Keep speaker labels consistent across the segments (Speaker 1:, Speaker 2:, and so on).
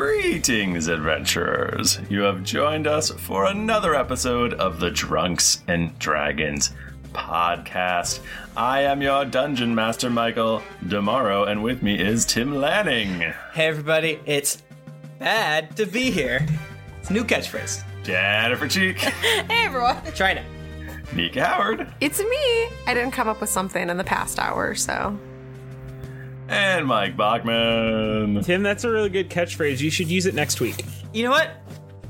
Speaker 1: Greetings, adventurers! You have joined us for another episode of the Drunks and Dragons podcast. I am your dungeon master, Michael Demaro, and with me is Tim Lanning.
Speaker 2: Hey everybody, it's bad to be here. It's a new catchphrase.
Speaker 1: Jennifer Cheek,
Speaker 3: Hey everyone.
Speaker 2: Trying it.
Speaker 1: Nick Howard,
Speaker 4: It's me. I didn't come up with something in the past hour, so
Speaker 1: and Mike Bachman.
Speaker 5: Tim, that's a really good catchphrase. You should use it next week.
Speaker 2: You know what?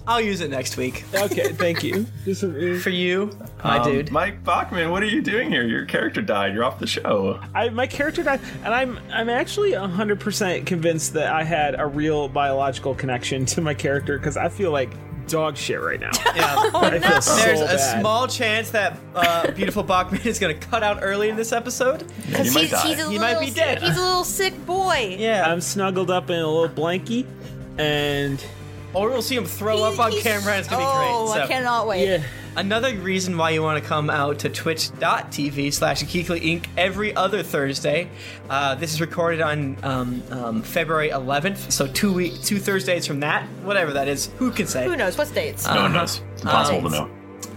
Speaker 2: I'll use it next week.
Speaker 5: Okay, thank you. Just a-
Speaker 2: For you, my
Speaker 1: Um,
Speaker 2: dude.
Speaker 1: Mike Bachman, what are you doing here? Your character died. You're off the show.
Speaker 5: I, my character died, and I'm I'm actually 100% convinced that I had a real biological connection to my character because I feel like dog shit right now. I feel so
Speaker 2: Oh, There's a
Speaker 5: bad.
Speaker 2: small chance that uh, beautiful Bachman is going to cut out early in this episode.
Speaker 1: You
Speaker 3: Because
Speaker 1: might
Speaker 3: he's,
Speaker 1: die.
Speaker 3: he's a
Speaker 2: You
Speaker 3: little
Speaker 2: might be
Speaker 3: sick-
Speaker 2: dead.
Speaker 3: He's a little sick boy.
Speaker 2: Yeah.
Speaker 5: I'm snuggled up in a little blankie, and
Speaker 2: or we'll see him throw up on
Speaker 3: He's-
Speaker 2: camera. and It's going to
Speaker 3: oh,
Speaker 2: be great.
Speaker 3: I
Speaker 2: So,
Speaker 3: cannot wait.
Speaker 5: yeah,
Speaker 2: Another reason why you want to come out to twitch.tv slash Geekly Inc. every other Thursday. Uh, this is recorded on um, um, February 11th, so two week, two Thursdays from that, whatever that is. Who can say?
Speaker 3: Who knows? What's dates?
Speaker 1: No one knows.
Speaker 2: Um,
Speaker 1: It's impossible to know.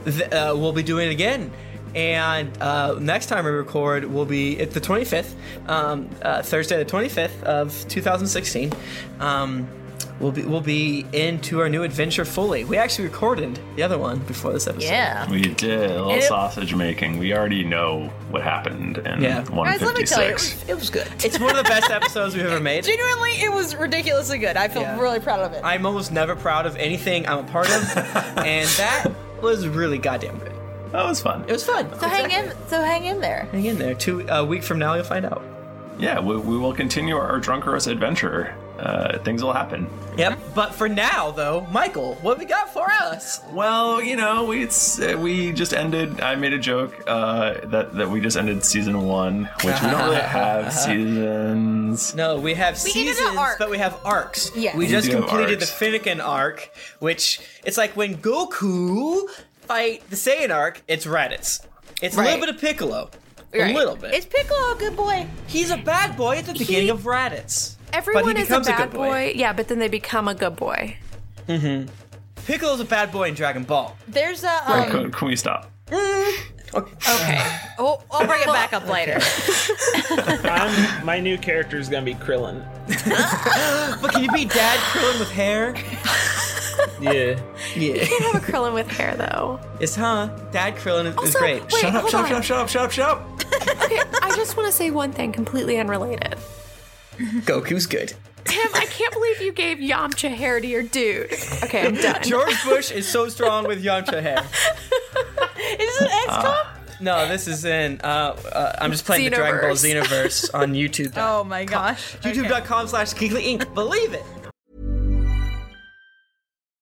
Speaker 2: th- uh, we'll be doing it again. And uh, next time we record will be at the 25th, um, uh, Thursday the 25th of 2016. Um, we'll be we'll be into our new adventure fully. We actually recorded the other one before this episode.
Speaker 3: yeah.
Speaker 1: We did a little
Speaker 3: It-
Speaker 1: sausage making. We already know what happened in
Speaker 2: Yeah.
Speaker 3: Guys, let me tell you, it
Speaker 1: 156.
Speaker 3: was, it was good.
Speaker 2: It's one of the best episodes we've ever made.
Speaker 3: Genuinely, it was ridiculously good. I feel
Speaker 2: Yeah.
Speaker 3: really proud of it.
Speaker 2: I'm almost never proud of anything I'm a part of, and that was really goddamn good.
Speaker 1: That was fun.
Speaker 2: It was fun.
Speaker 3: so hang in. So hang in there.
Speaker 2: Hang in there. Two a week from now, you'll find out.
Speaker 1: Yeah, we, we will continue our Drunkerous adventure. Uh, things will happen.
Speaker 2: Yep. But for now, though, Michael, what we got for us?
Speaker 1: Well, you know, we it's, uh, we just ended. I made a joke uh, that that we just ended season one, which we don't really have seasons.
Speaker 2: No, we have
Speaker 3: We needed an
Speaker 2: seasons,
Speaker 3: arc.
Speaker 2: but we have arcs.
Speaker 3: Yes.
Speaker 2: We
Speaker 3: We
Speaker 2: just
Speaker 1: do have
Speaker 2: completed the
Speaker 1: arcs.
Speaker 2: Finnegan arc, which it's like when Goku fight the Saiyan arc, it's Raditz. It's a
Speaker 3: Right.
Speaker 2: little bit of Piccolo.
Speaker 3: Right.
Speaker 2: A little bit.
Speaker 3: It's Piccolo, good boy.
Speaker 2: He's a bad boy at the beginning of Raditz.
Speaker 4: everyone is a
Speaker 2: becomes a
Speaker 4: bad
Speaker 2: good boy.
Speaker 4: boy. Yeah, but then they become a good boy.
Speaker 2: Mm-hmm. Piccolo's a bad boy in Dragon Ball.
Speaker 3: There's a.
Speaker 1: Wait,
Speaker 3: Um,
Speaker 1: can, can we stop?
Speaker 3: okay. I'll, I'll bring it back up later.
Speaker 5: I'm, my new character is gonna be Krillin.
Speaker 2: But can you be Dad Krillin with hair?
Speaker 5: Yeah,
Speaker 2: Yeah.
Speaker 4: You have a Krillin with hair though.
Speaker 2: It's huh? Dad Krillin is, is
Speaker 4: Also,
Speaker 2: great.
Speaker 4: wait,
Speaker 1: Shut up!
Speaker 4: hold
Speaker 1: Shut up!
Speaker 4: on.
Speaker 1: Shut up! Shut up! Shut up! Shut up!
Speaker 4: Okay, I just want to say one thing completely unrelated.
Speaker 2: Goku's good.
Speaker 4: Tim, I can't believe you gave Yamcha hair to your dude. Okay, I'm done.
Speaker 2: George Bush is so strong with Yamcha hair. Uh,
Speaker 3: Is it X Cop?
Speaker 2: No, this is in. Uh, uh, I'm just playing the Dragon Ball
Speaker 4: Xenoverse.
Speaker 2: Xenoverse on YouTube.
Speaker 3: oh my gosh.
Speaker 2: YouTube.com slash Geekly Inc. Believe it.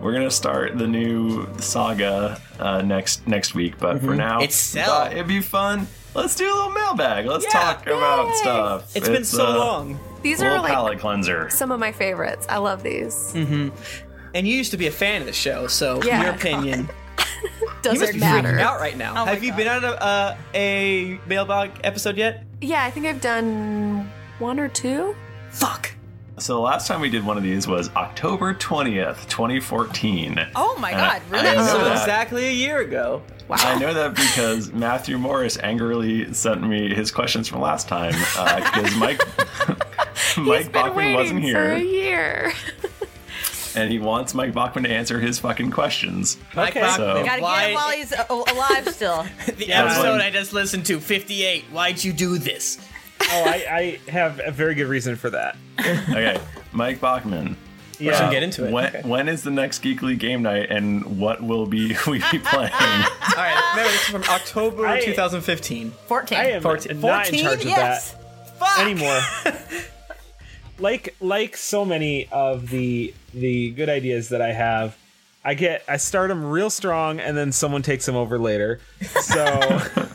Speaker 1: We're gonna start the new saga uh, next next week, but for
Speaker 2: Mhm.
Speaker 1: now,
Speaker 2: It's Cell.
Speaker 1: thought it'd be fun. Let's do a little mailbag. Let's talk about stuff.
Speaker 2: It's been so long.
Speaker 4: These
Speaker 1: little
Speaker 4: are like
Speaker 1: palate cleanser.
Speaker 4: some of my favorites. I love these.
Speaker 2: Mm-hmm. And you used to be a fan of the show, so
Speaker 4: Yeah.
Speaker 2: your opinion
Speaker 4: Doesn't
Speaker 2: you must be
Speaker 4: matter.
Speaker 2: freaking out right now.
Speaker 4: Oh my
Speaker 2: Have you been on a, uh, a mailbag episode yet?
Speaker 4: Yeah, I think I've done one or two.
Speaker 2: Fuck.
Speaker 1: So the last time we did one of these was October twentieth, twenty fourteen.
Speaker 4: Oh my
Speaker 1: God, really? Uh, I know
Speaker 2: so
Speaker 1: that.
Speaker 2: exactly a year ago.
Speaker 1: I know that because Matthew Morris angrily sent me his questions from last time uh, because Mike Mike Bachman wasn't
Speaker 4: Waiting for
Speaker 1: here,
Speaker 4: a year.
Speaker 1: and he wants Mike Bachman to answer his fucking questions.
Speaker 2: Mike
Speaker 1: So-
Speaker 2: Bachman.
Speaker 3: Gotta get
Speaker 2: Why-
Speaker 3: him while he's a- alive still.
Speaker 2: The
Speaker 1: Yeah.
Speaker 2: episode I just listened to, 58. Why'd you do this?
Speaker 5: Oh, I, I have a very good reason for that.
Speaker 1: okay, Mike Bachman. Uh,
Speaker 5: Yeah. We should get into it.
Speaker 1: When,
Speaker 5: Okay.
Speaker 1: when is the next Geekly game night, and what will be we be playing?
Speaker 2: All right, remember, this is from October
Speaker 5: I-
Speaker 2: 2015.
Speaker 3: 14.
Speaker 5: I am
Speaker 2: 14.
Speaker 5: not in charge of
Speaker 2: Yes.
Speaker 5: that anymore. like like so many of the the good ideas that I have, I get I start them real strong and then someone takes them over later. So,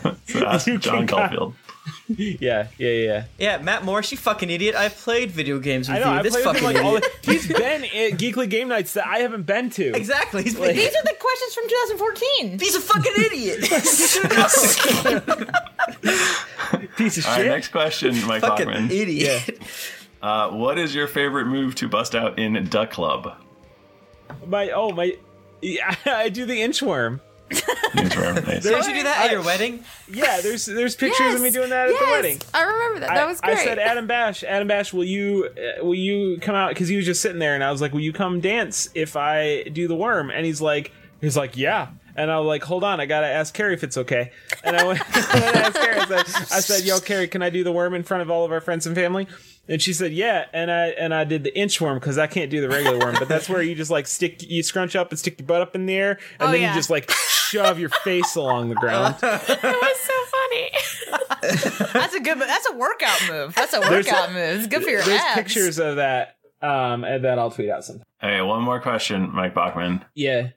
Speaker 1: ask John Caulfield.
Speaker 5: yeah, yeah, yeah.
Speaker 2: Yeah, Matt Morris, you fucking idiot. I've played video games with
Speaker 5: I know.
Speaker 2: you.
Speaker 5: I
Speaker 2: this
Speaker 5: play with
Speaker 2: fucking
Speaker 5: him like all
Speaker 2: idiot.
Speaker 5: the, he's been at Geekly Game Nights that I haven't been to.
Speaker 2: Exactly. He's
Speaker 5: like,
Speaker 3: These are the questions from 2014.
Speaker 2: He's a fucking idiot.
Speaker 5: piece of
Speaker 1: All right,
Speaker 5: shit.
Speaker 1: next question, Mike
Speaker 5: Fucking
Speaker 1: Bachman.
Speaker 5: idiot.
Speaker 1: Uh, what is your favorite move to bust out in Duck Club?
Speaker 5: my oh my, yeah, I do the inchworm.
Speaker 1: Nice.
Speaker 2: Did you do that at your wedding?
Speaker 5: Yeah, there's there's pictures of me doing that at the wedding.
Speaker 4: I remember that.
Speaker 5: I-
Speaker 4: That was
Speaker 5: I,
Speaker 4: great.
Speaker 5: said, Adam Bash, Adam Bash, will you uh, will you come out? Because he was just sitting there, and I was like, will you come dance if I do the worm? And he's like, he's like, yeah. And I was like, hold on, I gotta ask Carrie if it's okay. And I went, I went to ask Carrie. I said, I said, yo, Carrie, can I do the worm in front of all of our friends and family? And she said, yeah. And I and I did the inchworm because I can't do the regular worm, but that's where you just like stick, you scrunch up and stick your butt up in the air, and
Speaker 4: Oh,
Speaker 5: then
Speaker 4: yeah.
Speaker 5: you just like shove your face along the ground.
Speaker 4: it was so funny.
Speaker 3: That's a good. That's a workout move. That's a
Speaker 5: There's-
Speaker 3: workout move. It's good for your
Speaker 5: There's
Speaker 3: abs.
Speaker 5: pictures of that, um, and that I'll tweet out sometime.
Speaker 1: Okay, one more question, Mike Bachman.
Speaker 5: Yeah.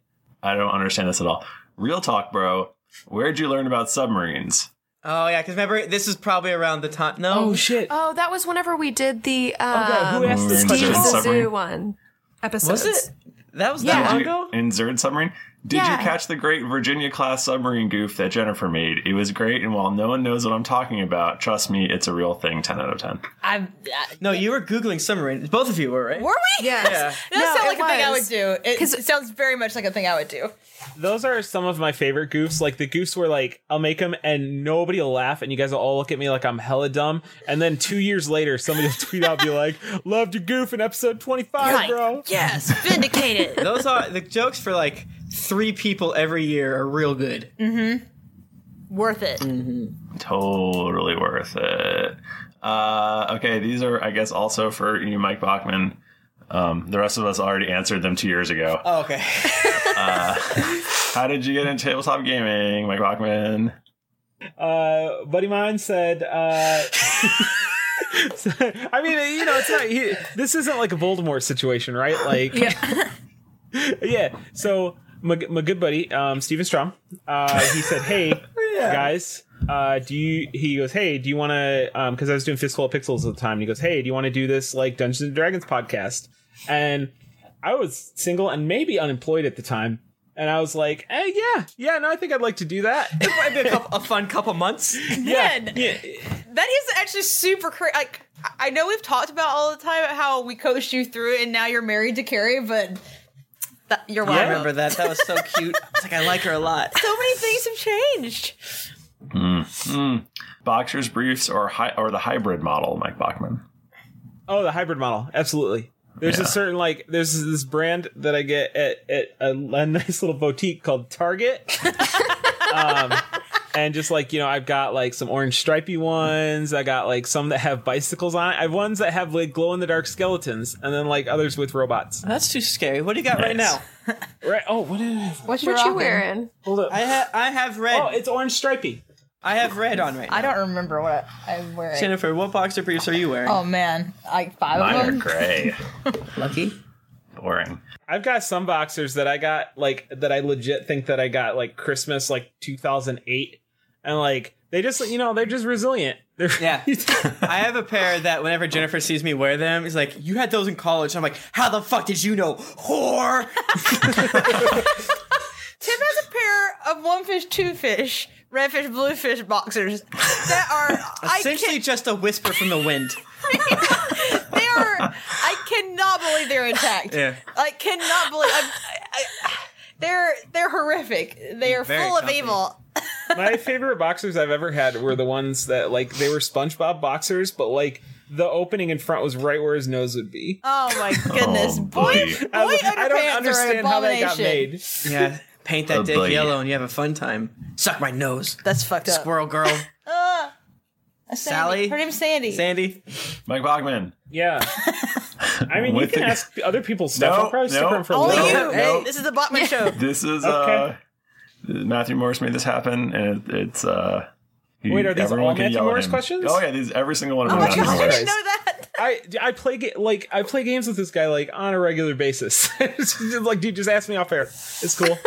Speaker 1: I don't understand this at all. Real talk, bro. Where'd you learn about submarines?
Speaker 2: Oh, yeah, because remember, this is probably around the time. No. Oh,
Speaker 5: shit.
Speaker 4: Oh, that was whenever we did the
Speaker 2: God,
Speaker 4: um,
Speaker 2: who asked this
Speaker 1: question?
Speaker 4: Steve Zissou one episode.
Speaker 2: Was it? That was
Speaker 4: Yeah.
Speaker 2: that long
Speaker 1: Did
Speaker 2: ago?
Speaker 1: you, in Zerd submarine? Did
Speaker 4: Yeah.
Speaker 1: you catch the great Virginia class submarine goof that Jennifer made? It was great, and while no one knows what I'm talking about, trust me, it's a real thing. Ten out of ten.
Speaker 3: I'm,
Speaker 2: No, you were Googling submarines. Both of you were, right?
Speaker 3: Were we?
Speaker 2: Yeah.
Speaker 3: That no, sounds like
Speaker 4: it
Speaker 3: a thing I would
Speaker 4: was.
Speaker 3: do. It, it sounds very much like a thing I would do.
Speaker 5: Those are some of my favorite goofs. Like the goofs were like, I'll make them and nobody will laugh, and you guys will all look at me like I'm hella dumb. And then two years later, somebody will tweet out, and be like, "Loved your goof in episode 25, bro."
Speaker 3: Yes, vindicated.
Speaker 2: Those are the jokes for like three people every year are real good.
Speaker 3: Mm-hmm. Worth it.
Speaker 1: Totally worth it. Uh, okay, these are, I guess, also for you, Mike Bachman. Um, the rest of us already answered them two years ago.
Speaker 2: Oh, okay.
Speaker 1: Uh, how did you get into tabletop gaming, Mike Bachman?
Speaker 5: Uh, buddy mine said, uh, I mean, you know, it's not. He, this isn't like a Voldemort situation, right? Like, yeah. So my, g- my good buddy, um, Steven Strom, uh, he said, "Hey guys, uh, do you?" He goes, "Hey, do you want to?" Um, because I was doing Fistful of Pixels at the time. And he goes, "Hey, do you want to do this like Dungeons and Dragons podcast?" And I was single and maybe unemployed at the time. And I was like, eh, yeah, yeah, no, I think I'd like to do that. It
Speaker 2: might be a, couple, a fun couple months.
Speaker 3: Man, that is actually super crazy. Like, I- I know we've talked about all the time how we coached you through it, and now you're married to Carrie, but that, you're
Speaker 2: I
Speaker 3: wild.
Speaker 2: remember that. That was so cute. It's like I like her a lot.
Speaker 3: So many things have changed.
Speaker 1: Mm. Mm. Boxers, briefs, or hi- or the hybrid model, Mike Bachman.
Speaker 5: Oh, the hybrid model, absolutely. There's
Speaker 1: Yeah.
Speaker 5: a certain like there's this brand that I get at, at a, a nice little boutique called Target. um, and just like you know, I've got like some orange stripy ones. I got like some that have bicycles on it. I have ones that have like glow in the dark skeletons, and then like others with robots.
Speaker 2: That's too scary. What do you got right now?
Speaker 5: right. Oh, what is?
Speaker 2: What's
Speaker 4: your What you rocking? wearing?
Speaker 5: Hold up.
Speaker 2: I ha- I have red. Oh,
Speaker 5: it's orange stripy.
Speaker 2: I have red on right now.
Speaker 3: I don't remember what I, I'm wearing.
Speaker 2: Jennifer, what boxer briefs are you wearing?
Speaker 3: Oh um, man, like five of
Speaker 2: Mine
Speaker 3: them.
Speaker 2: are
Speaker 1: gray.
Speaker 2: Lucky.
Speaker 1: Boring.
Speaker 5: I've got some boxers that I got like that I legit think that I got like Christmas like 2008, and like they just you know they're just resilient. They're
Speaker 2: yeah. I have a pair that whenever Jennifer sees me wear them, he's like, "You had those in college." I'm like, "How the fuck did you know, whore?"
Speaker 3: Tim has a pair of one fish, two fish, red fish, blue fish boxers that are I
Speaker 2: Essentially, just a whisper from the wind.
Speaker 3: they are I cannot believe they're intact.
Speaker 2: Yeah.
Speaker 3: I cannot believe I'm, I, I, they're they're horrific. They are
Speaker 5: Very
Speaker 3: full
Speaker 5: comfy.
Speaker 3: of evil.
Speaker 5: My favorite boxers I've ever had were the ones that like they were SpongeBob boxers, but like the opening in front was right where his nose would be.
Speaker 3: Oh my goodness, boy! Boy,
Speaker 5: I was-
Speaker 3: underpants
Speaker 5: I don't understand
Speaker 3: are an
Speaker 5: how they got
Speaker 3: abomination.
Speaker 5: made.
Speaker 2: Yeah, paint that
Speaker 5: Oh,
Speaker 2: dick
Speaker 5: boy.
Speaker 2: yellow and you have a fun time. Suck my nose.
Speaker 3: That's fucked
Speaker 2: up. Squirrel girl.
Speaker 3: Ah, Sandy.
Speaker 2: Sally?
Speaker 3: Her name's Sandy.
Speaker 2: Sandy.
Speaker 1: Mike Bogman.
Speaker 5: Yeah. I mean, you
Speaker 1: With
Speaker 5: can
Speaker 1: the-
Speaker 5: ask other people's stuff. I'll probably stick around for a
Speaker 3: Only
Speaker 5: little
Speaker 3: you.
Speaker 5: bit.
Speaker 3: Hey, this is the Botman show.
Speaker 1: This is uh,
Speaker 5: Okay.
Speaker 1: Matthew Morris made this happen, and it, it's uh. he-
Speaker 5: Wait, are these
Speaker 1: everyone
Speaker 5: all
Speaker 1: can
Speaker 5: Matthew
Speaker 1: yell at
Speaker 5: Morris
Speaker 1: him.
Speaker 5: questions?
Speaker 1: Oh yeah, these every single one of them. Matthew Morris.
Speaker 3: that.
Speaker 5: I I play ga- like I play games with this guy like on a regular basis. It's just like, dude, just ask me off air. It's cool.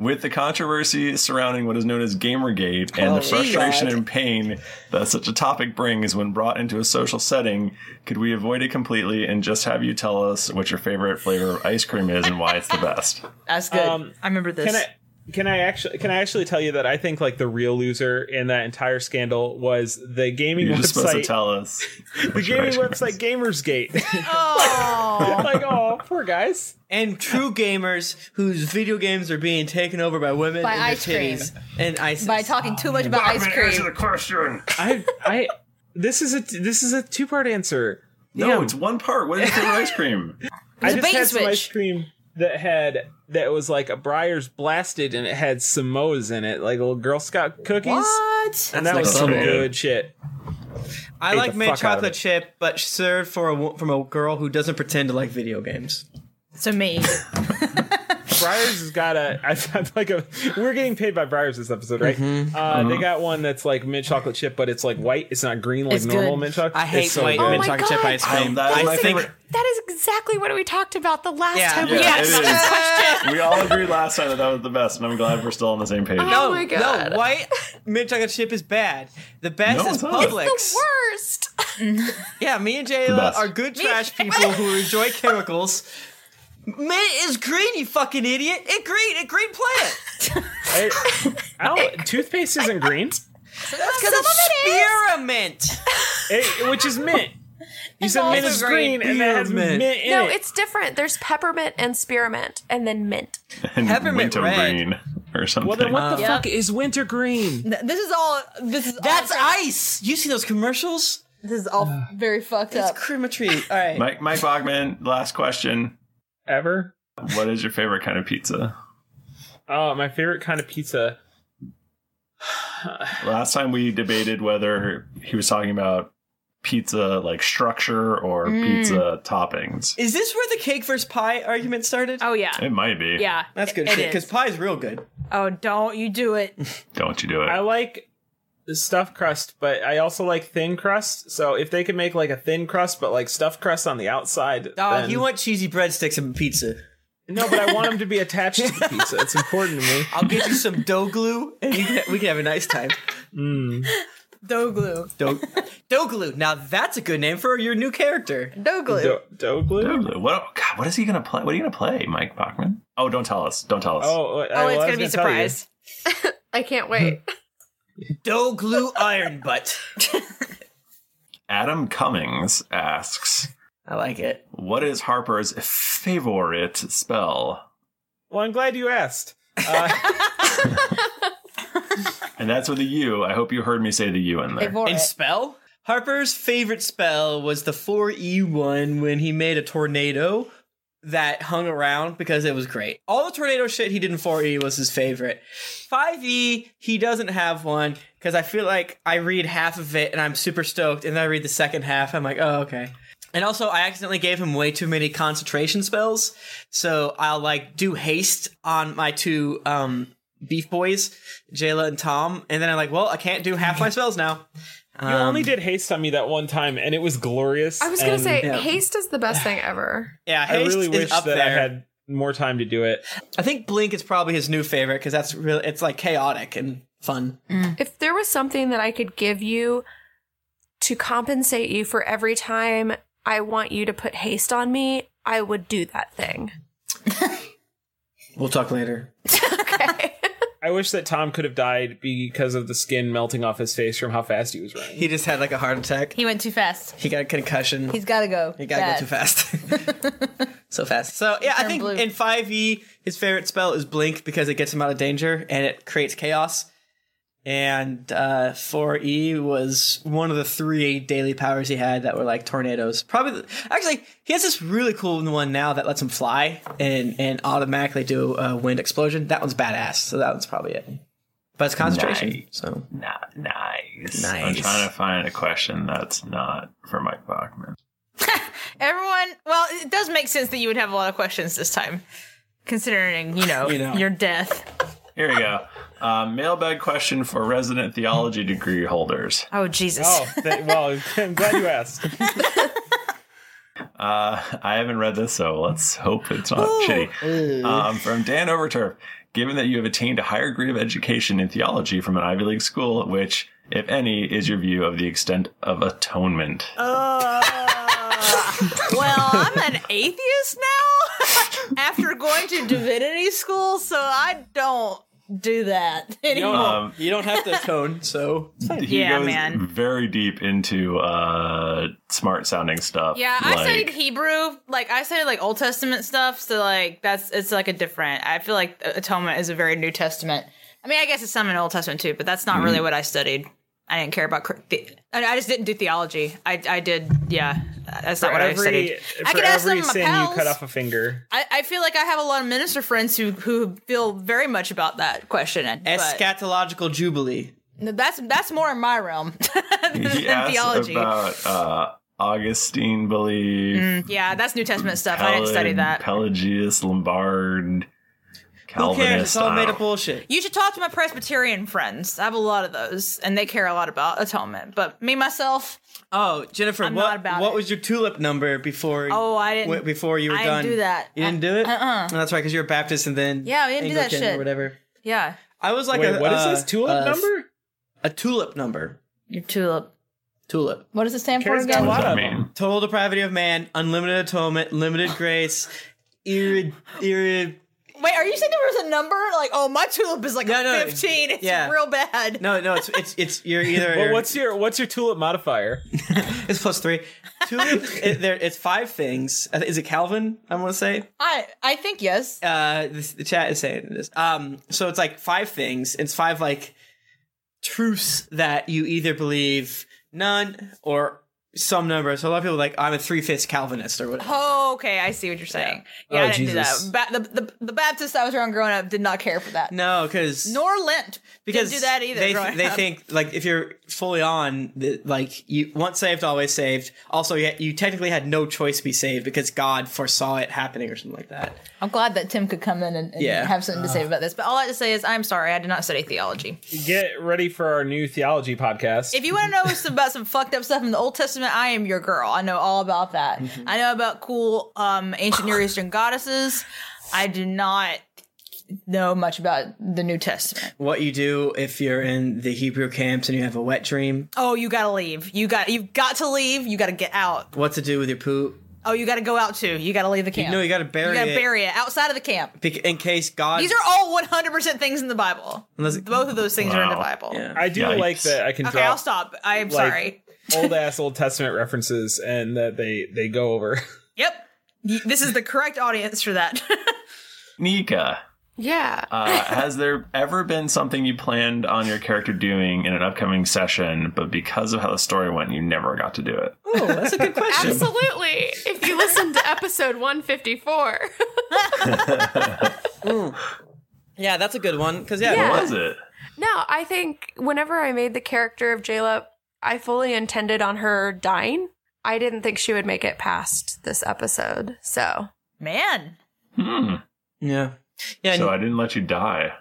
Speaker 1: With the controversy surrounding what is known as Gamergate and
Speaker 5: Oh,
Speaker 1: the frustration
Speaker 5: God.
Speaker 1: and pain that such a topic brings when brought into a social setting, could we avoid it completely and just have you tell us what your favorite flavor of ice cream is and why it's the best?
Speaker 3: That's good.
Speaker 5: Um,
Speaker 3: I remember this.
Speaker 5: Can I can I actually can I actually tell you that I think like the real loser in that entire scandal was the gaming
Speaker 1: You're
Speaker 5: website.
Speaker 1: just supposed to tell us.
Speaker 5: the gaming website Gamersgate.
Speaker 3: oh,
Speaker 5: like oh, poor guys.
Speaker 2: And true gamers whose video games are being taken over by women
Speaker 3: By
Speaker 2: and their
Speaker 3: ice cream.
Speaker 2: titties and ISIS.
Speaker 3: By talking too much about ice cream.
Speaker 1: question.
Speaker 5: I I this is a this is a two part answer.
Speaker 1: No, it's one part. What is your ice cream?
Speaker 5: I
Speaker 1: It's a
Speaker 5: just
Speaker 1: bait and
Speaker 5: had some
Speaker 1: switch.
Speaker 5: ice cream that had that was like a Briar's blasted and it had Samoas in it, like little Girl Scout cookies.
Speaker 2: What?
Speaker 5: And that
Speaker 2: That's
Speaker 5: was some
Speaker 2: incredible.
Speaker 5: good shit.
Speaker 2: I
Speaker 5: Ate
Speaker 2: like
Speaker 5: the
Speaker 2: mint
Speaker 5: fuck out of
Speaker 2: chocolate
Speaker 5: it.
Speaker 2: chip, but served for a, wo- from a girl who doesn't pretend to like video games.
Speaker 3: To me.
Speaker 5: Briars has got a. I found like a. We're getting paid by Briars this episode, right?
Speaker 2: Mhm.
Speaker 5: Uh,
Speaker 2: Uh-huh.
Speaker 5: They got one that's like mint chocolate chip, but it's like white. It's not green like
Speaker 2: It's
Speaker 5: normal
Speaker 2: good.
Speaker 5: mint chocolate.
Speaker 2: I hate
Speaker 5: It's so
Speaker 2: white
Speaker 5: good.
Speaker 2: mint Oh my chocolate chip God. ice cream.
Speaker 5: that
Speaker 2: I
Speaker 5: is my
Speaker 2: think-
Speaker 5: favorite.
Speaker 4: That is exactly what we talked about the last
Speaker 1: Yeah.
Speaker 4: time we
Speaker 1: Yeah,
Speaker 4: had
Speaker 1: it
Speaker 4: this
Speaker 1: is.
Speaker 4: question.
Speaker 1: we all agreed last time that that was the best, and I'm glad we're still on the same page.
Speaker 2: no, no, white mint chocolate chip is bad. The best
Speaker 1: No,
Speaker 2: is
Speaker 1: it's not. It's
Speaker 2: Publix.
Speaker 4: Worst.
Speaker 2: yeah, me and
Speaker 1: The
Speaker 2: Jayla
Speaker 1: best.
Speaker 2: are good trash people who enjoy chemicals. Mint is green, you fucking idiot! It green, it green plant.
Speaker 5: I, I don't, toothpaste isn't green,
Speaker 2: That's because it's spearmint.
Speaker 5: It- which is mint. You said
Speaker 4: also
Speaker 5: mint is green, and that has mint in
Speaker 4: no,
Speaker 5: it.
Speaker 4: it's different. There's peppermint and spearmint, and then mint.
Speaker 1: And
Speaker 4: Peppermint
Speaker 1: winter
Speaker 4: red.
Speaker 1: green or something.
Speaker 5: then what the
Speaker 4: Yeah.
Speaker 5: fuck is winter green?
Speaker 3: This is all. This is
Speaker 2: That's ice. You see those commercials?
Speaker 3: This is all very fucked
Speaker 2: it's
Speaker 3: up.
Speaker 2: creamery. All right.
Speaker 1: Mike, Mike Bogman, last question.
Speaker 5: Ever?
Speaker 1: What is your favorite kind of pizza?
Speaker 5: Oh, my favorite kind of pizza.
Speaker 1: Last time we debated whether he was talking about pizza like structure or
Speaker 2: Mm.
Speaker 1: pizza toppings.
Speaker 2: Is this where the cake versus pie argument started?
Speaker 3: Oh yeah.
Speaker 1: It might be.
Speaker 3: Yeah.
Speaker 2: That's good
Speaker 3: It
Speaker 2: shit
Speaker 3: is.
Speaker 2: because pie is real good.
Speaker 3: Oh, don't you do it.
Speaker 1: Don't you do it?
Speaker 5: I like stuffed crust, but I also like thin crust. So if they could make like a thin crust, but like stuffed crust on the outside,
Speaker 2: Oh,
Speaker 5: then-
Speaker 2: you want cheesy breadsticks and pizza?
Speaker 5: no, but I want them to be attached to the pizza. It's important to me.
Speaker 2: I'll get you some dough glue, and you can, we can have a nice time.
Speaker 5: Mm.
Speaker 3: Dough glue.
Speaker 2: Dough, dough glue. Now that's a good name for your new character.
Speaker 3: Dough
Speaker 5: Do- dough glue.
Speaker 1: Dough glue. What? oh, God, what is he gonna play? What are you gonna play, Mike Bachman? Oh, don't tell us. Don't tell us.
Speaker 5: Oh,
Speaker 4: I- Oh, it's well, I gonna was be gonna tell you. surprise. I can't wait.
Speaker 2: Dough glue iron butt.
Speaker 1: Adam Cummings asks.
Speaker 2: I like it.
Speaker 1: What is Harper's favorite spell?
Speaker 5: Well, I'm glad you asked. Uh,
Speaker 1: And that's with a U. I hope you heard me say the U in there.
Speaker 2: And spell? E Harper's favorite spell was the 4E one when he made a tornado that hung around because it was great. All the tornado shit he did in 4E was his favorite. 5E, he doesn't have one because I feel like I read half of it and I'm super stoked, and then I read the second half. I'm like, oh, okay. And also, I accidentally gave him way too many concentration spells, so I'll like do haste on my two um, beef boys, Jayla and Tom, and then I'm like, well, I can't do half my spells now.
Speaker 5: You
Speaker 2: Um,
Speaker 5: only did haste on me that one time, and it was glorious.
Speaker 4: I was gonna
Speaker 5: and-
Speaker 4: say haste is the best thing ever.
Speaker 2: Yeah,
Speaker 5: I
Speaker 2: haste
Speaker 5: really
Speaker 2: is
Speaker 5: wish
Speaker 2: up
Speaker 5: that I
Speaker 2: there.
Speaker 5: had more time to do it.
Speaker 2: I think Blink is probably his new favorite because that's really it's like chaotic and fun.
Speaker 4: Mm. If there was something that I could give you to compensate you for every time I want you to put haste on me, I would do that thing.
Speaker 2: We'll talk later.
Speaker 5: I wish that Tom could have died because of the skin melting off his face from how fast he was running.
Speaker 2: He just had like a heart attack.
Speaker 3: He went too fast.
Speaker 2: He got a concussion.
Speaker 3: He's got to go.
Speaker 2: You gotta
Speaker 3: Bad.
Speaker 2: go too fast. so fast. So yeah, I think in 5e, his favorite spell is Blink because it gets him out of danger and it creates chaos. And uh, 4e was one of the three daily powers he had that were like tornadoes. Probably, the- actually, he has this really cool one now that lets him fly and and automatically do a wind explosion. That one's badass. So that one's probably it. But it's concentration.
Speaker 1: Nice.
Speaker 2: So
Speaker 1: nice.
Speaker 2: Nice.
Speaker 1: I'm trying to find a question that's not for Mike Bachman.
Speaker 3: Everyone, well, it does make sense that you would have a lot of questions this time, considering you know,
Speaker 1: You know.
Speaker 3: your death.
Speaker 1: Here we go. Uh, mailbag question for resident theology degree holders.
Speaker 3: Oh Jesus!
Speaker 5: Oh, th- well, I'm glad you asked.
Speaker 1: Uh, I haven't read this, so let's hope it's not shitty. Um, from Dan Overturf. Given that you have attained a higher grade of education in theology from an Ivy League school, which, if any, is your view of the extent of atonement?
Speaker 3: Uh, well, I'm an atheist now after going to divinity school, so I don't do that anymore.
Speaker 1: Um,
Speaker 2: you don't have to atone. So
Speaker 1: He
Speaker 3: Yeah,
Speaker 1: goes
Speaker 3: man.
Speaker 1: very deep into uh, smart sounding stuff.
Speaker 3: Yeah, I
Speaker 1: like-
Speaker 3: studied Hebrew. Like I studied like Old Testament stuff, so like that's it's like a different. I feel like atonement is a very New Testament. I mean, I guess it's some in Old Testament too, but that's not really
Speaker 5: Mm-hmm.
Speaker 1: Mhm.
Speaker 3: what I studied. I didn't care about. cr- The, I I just didn't do theology. I I did. Yeah, that's not
Speaker 5: for
Speaker 3: what I
Speaker 5: every,
Speaker 3: studied. I
Speaker 5: for
Speaker 3: could ask
Speaker 5: every
Speaker 3: some of my
Speaker 5: sin you
Speaker 3: pals.
Speaker 5: cut off a finger.
Speaker 3: I, I feel like I have a lot of minister friends who who feel very much about that question. and- But
Speaker 2: Eschatological Jubilee.
Speaker 3: that's that's more in my realm than,
Speaker 1: he
Speaker 3: than
Speaker 1: asked
Speaker 3: theology.
Speaker 1: about uh, Augustine belief.
Speaker 3: Mm, yeah, that's New Testament stuff. I didn't study
Speaker 1: Pelag-
Speaker 3: that.
Speaker 1: Pelagius, Lombard,
Speaker 2: Who
Speaker 1: Calvinist. uh,
Speaker 2: cares? It's all
Speaker 1: I
Speaker 2: made
Speaker 1: don't-
Speaker 2: up bullshit.
Speaker 3: You should talk to my Presbyterian friends. I have a lot of those, and they care a lot about atonement. But me myself,
Speaker 2: Oh, Jennifer,
Speaker 3: I'm
Speaker 2: what,
Speaker 3: not about
Speaker 2: what was your tulip number before?
Speaker 3: Oh, I didn't-
Speaker 2: w- Before you were
Speaker 3: I didn't
Speaker 2: done,
Speaker 3: do that.
Speaker 2: You didn't do it.
Speaker 3: uh-uh.
Speaker 2: Oh, that's right, because you're a Baptist and then
Speaker 3: Yeah, we didn't do that
Speaker 2: Anglican
Speaker 3: shit.
Speaker 2: or whatever.
Speaker 3: yeah,
Speaker 2: I was like,
Speaker 5: Wait,
Speaker 2: a,
Speaker 5: what is
Speaker 2: uh,
Speaker 5: this? Tulip
Speaker 2: uh,
Speaker 5: number?
Speaker 2: A tulip number.
Speaker 3: Your tulip.
Speaker 2: Tulip.
Speaker 3: What does it stand
Speaker 5: for Karen's got a again? lot of them.
Speaker 2: Total depravity of man, unlimited atonement, limited grace, irrid, irrid.
Speaker 3: Wait, are you saying there was a number? Like, oh, my tulip is like a
Speaker 2: no,
Speaker 3: fifteen. It's
Speaker 2: yeah.
Speaker 3: real bad.
Speaker 2: No, no, it's it's it's you're either.
Speaker 5: Well, what's your what's your tulip modifier?
Speaker 2: it's plus three. Tulip. it, there, it's five things. I thi- Is it Calvin? I want to say.
Speaker 3: I I think yes.
Speaker 2: uh this, the chat is saying this um so it's like five things it's five like truths that you either believe none or some number so a lot of people are like i'm a three-fifths calvinist or whatever
Speaker 3: Oh, okay, I see what you're saying. Yeah,
Speaker 2: Oh,
Speaker 3: I didn't
Speaker 2: Jesus.
Speaker 3: do that. Ba- the, the the Baptist I was around growing up did not care for that.
Speaker 2: no because
Speaker 3: Nor Lent
Speaker 2: because
Speaker 3: didn't do that either.
Speaker 2: they,
Speaker 3: growing
Speaker 2: they
Speaker 3: up.
Speaker 2: think like if you're fully on the, like you once saved always saved also you, you technically had no choice to be saved because god foresaw it happening or something like that
Speaker 3: I'm glad that Tim could come in and, and
Speaker 2: Yeah.
Speaker 3: have something to say
Speaker 2: Uh.
Speaker 3: about this. But all I have to say is I'm sorry I did not study theology.
Speaker 5: Get ready for our new theology podcast.
Speaker 3: If you want to know some, about some fucked up stuff in the Old Testament, I am your girl. I know all about that.
Speaker 5: Mhm.
Speaker 3: I know about cool um, ancient Near Eastern goddesses. I do not know much about the New Testament.
Speaker 2: what you do if you're in the hebrew camps and you have a wet dream
Speaker 3: Oh, you gotta leave. You got you've got to leave. You gotta get out.
Speaker 2: what to do with your poop
Speaker 3: Oh, you gotta go out too. You gotta leave the camp.
Speaker 2: no you gotta bury
Speaker 3: you gotta
Speaker 2: it
Speaker 3: bury it outside of the camp.
Speaker 2: Bec- in case God.
Speaker 3: These are all 100 percent things in the Bible.
Speaker 2: Unless-
Speaker 3: Both of those things are in the
Speaker 5: Wow.
Speaker 3: Bible.
Speaker 5: I do
Speaker 3: like
Speaker 5: like that I can
Speaker 3: Okay,
Speaker 5: drop
Speaker 3: I'll stop. I am
Speaker 5: like,
Speaker 3: sorry.
Speaker 5: old ass Old Testament references and that they they go over.
Speaker 3: Yep. Y- This is the correct audience for that.
Speaker 1: Nika.
Speaker 4: Yeah.
Speaker 1: Uh, has there ever been something you planned on your character doing in an upcoming session, but because of how the story went, you never got to do it?
Speaker 5: Oh,
Speaker 4: Absolutely. If you listen to episode 154.
Speaker 2: Mm. Yeah, that's a good one. Because yeah,
Speaker 4: Yeah.
Speaker 1: What was it?
Speaker 4: No, I think whenever I made the character of Jayla, I fully intended on her dying. I didn't think she would make it past this episode. So,
Speaker 3: man,
Speaker 1: Hmm.
Speaker 2: Yeah. Yeah.
Speaker 1: So I didn't let you die.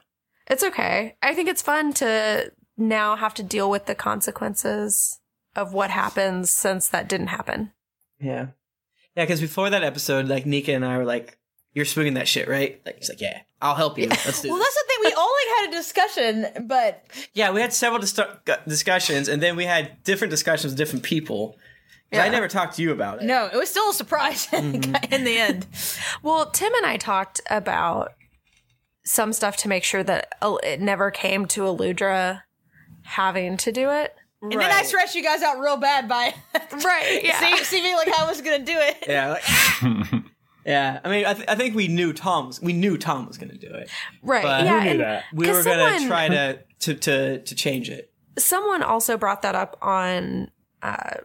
Speaker 4: it's okay. I think it's fun to now have to deal with the consequences of what happens since that didn't happen.
Speaker 2: Yeah. Yeah, because before that episode, like Nika and I were like, "You're swinging that shit, right?" Like he's like, "Yeah, I'll help you. Let's do."
Speaker 3: Well,
Speaker 2: it."
Speaker 3: that's the thing. We only had a discussion, but
Speaker 2: Yeah, we had several dis- discussions, and then we had different discussions with different people. 'Cause I
Speaker 4: Yeah.
Speaker 2: never talked to you about it.
Speaker 3: no, it was still a surprise in the end.
Speaker 4: Well, Tim and I talked about some stuff to make sure that El- it never came to Eludra having to do it.
Speaker 3: And then I stressed you guys out real bad by
Speaker 4: right, yeah.
Speaker 3: see, see me like how I was gonna do it.
Speaker 2: Yeah. like, ah! yeah. I mean, I, th- I think we knew Tom was. We knew Tom was going to do it.
Speaker 4: Right,
Speaker 2: But
Speaker 4: yeah, We knew and- that.
Speaker 2: We
Speaker 4: 'cause
Speaker 2: were going to
Speaker 4: someone-
Speaker 2: try to to to to change it.
Speaker 4: someone also brought that up on uh,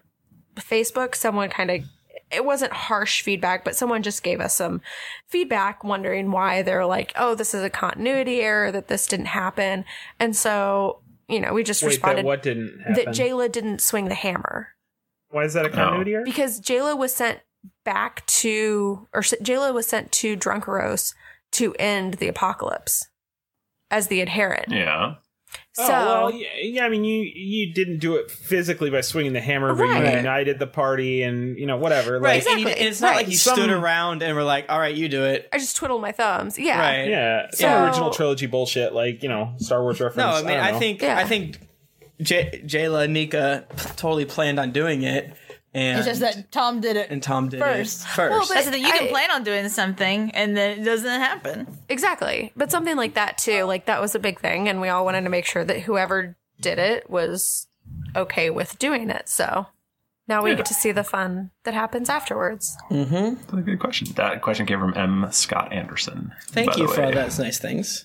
Speaker 4: Facebook. Someone kind of it wasn't harsh feedback, but someone just gave us some feedback wondering why they're like, "Oh, this is a continuity error that this didn't happen." And so, you know, we just
Speaker 5: Wait, that
Speaker 4: responded
Speaker 5: what didn't
Speaker 4: that
Speaker 5: happen?
Speaker 4: Jayla didn't swing the hammer.
Speaker 5: Why is that a continuity error?
Speaker 4: Because Jayla was sent back to, or s- Jayla was sent to Drunkaros to end the apocalypse as the adherent.
Speaker 1: Yeah.
Speaker 5: Oh,
Speaker 4: So,
Speaker 5: well, yeah, yeah, I mean, you you didn't do it physically by swinging the hammer, but
Speaker 2: Right.
Speaker 5: you united the party and, you know, whatever.
Speaker 2: Right.
Speaker 5: like-
Speaker 2: and you- And it's not like you
Speaker 5: Some-
Speaker 2: stood around and were like, "All right, you do it."
Speaker 4: I just twiddled my thumbs. Yeah.
Speaker 2: Right.
Speaker 5: Yeah. Some
Speaker 2: So-
Speaker 5: original trilogy bullshit, like, you know, Star Wars reference.
Speaker 2: No, I mean,
Speaker 5: don't
Speaker 2: I,
Speaker 5: know.
Speaker 2: think I think J- Jayla and Nika p- totally planned on doing it, and
Speaker 3: It's just that Tom did it
Speaker 2: and Tom did
Speaker 3: first.
Speaker 2: it first.
Speaker 3: That's the thing, you can plan on doing something and then it doesn't happen.
Speaker 4: Exactly. But something like that too. Like that was a big thing and we all wanted to make sure that whoever did it was okay with doing it. So now we
Speaker 1: Yeah.
Speaker 4: get to see the fun that happens afterwards.
Speaker 2: Mm-hmm.
Speaker 1: That's a good question. That question came from M. Scott Anderson.
Speaker 2: Thank
Speaker 1: by
Speaker 2: you
Speaker 1: the
Speaker 2: for all
Speaker 1: way.
Speaker 2: those nice things.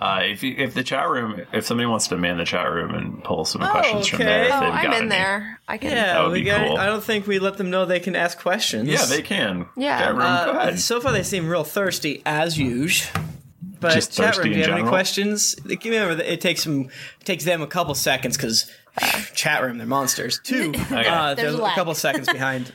Speaker 1: Uh, if you, if the chat room, if somebody wants to man the chat room and pull some questions from there, if
Speaker 4: Oh,
Speaker 1: they've
Speaker 4: I'm
Speaker 1: got
Speaker 4: in
Speaker 1: any.
Speaker 4: there. I can
Speaker 2: Yeah,
Speaker 1: That would
Speaker 2: we
Speaker 1: be
Speaker 2: got.
Speaker 1: cool.
Speaker 2: I don't think we let them know they can ask questions.
Speaker 1: Yeah, they can.
Speaker 4: Yeah.
Speaker 1: Chat room,
Speaker 2: Uh,
Speaker 1: go ahead.
Speaker 2: so far, they seem real thirsty as usual. But
Speaker 1: Just
Speaker 2: chat
Speaker 1: thirsty
Speaker 2: room, do
Speaker 1: in
Speaker 2: you have any
Speaker 1: general?
Speaker 2: questions? Like, Remember, that it takes them it takes them a couple seconds because chat room, they're monsters. Two, uh,
Speaker 1: There's
Speaker 2: there's
Speaker 1: a
Speaker 2: a
Speaker 1: lag.
Speaker 2: couple seconds behind.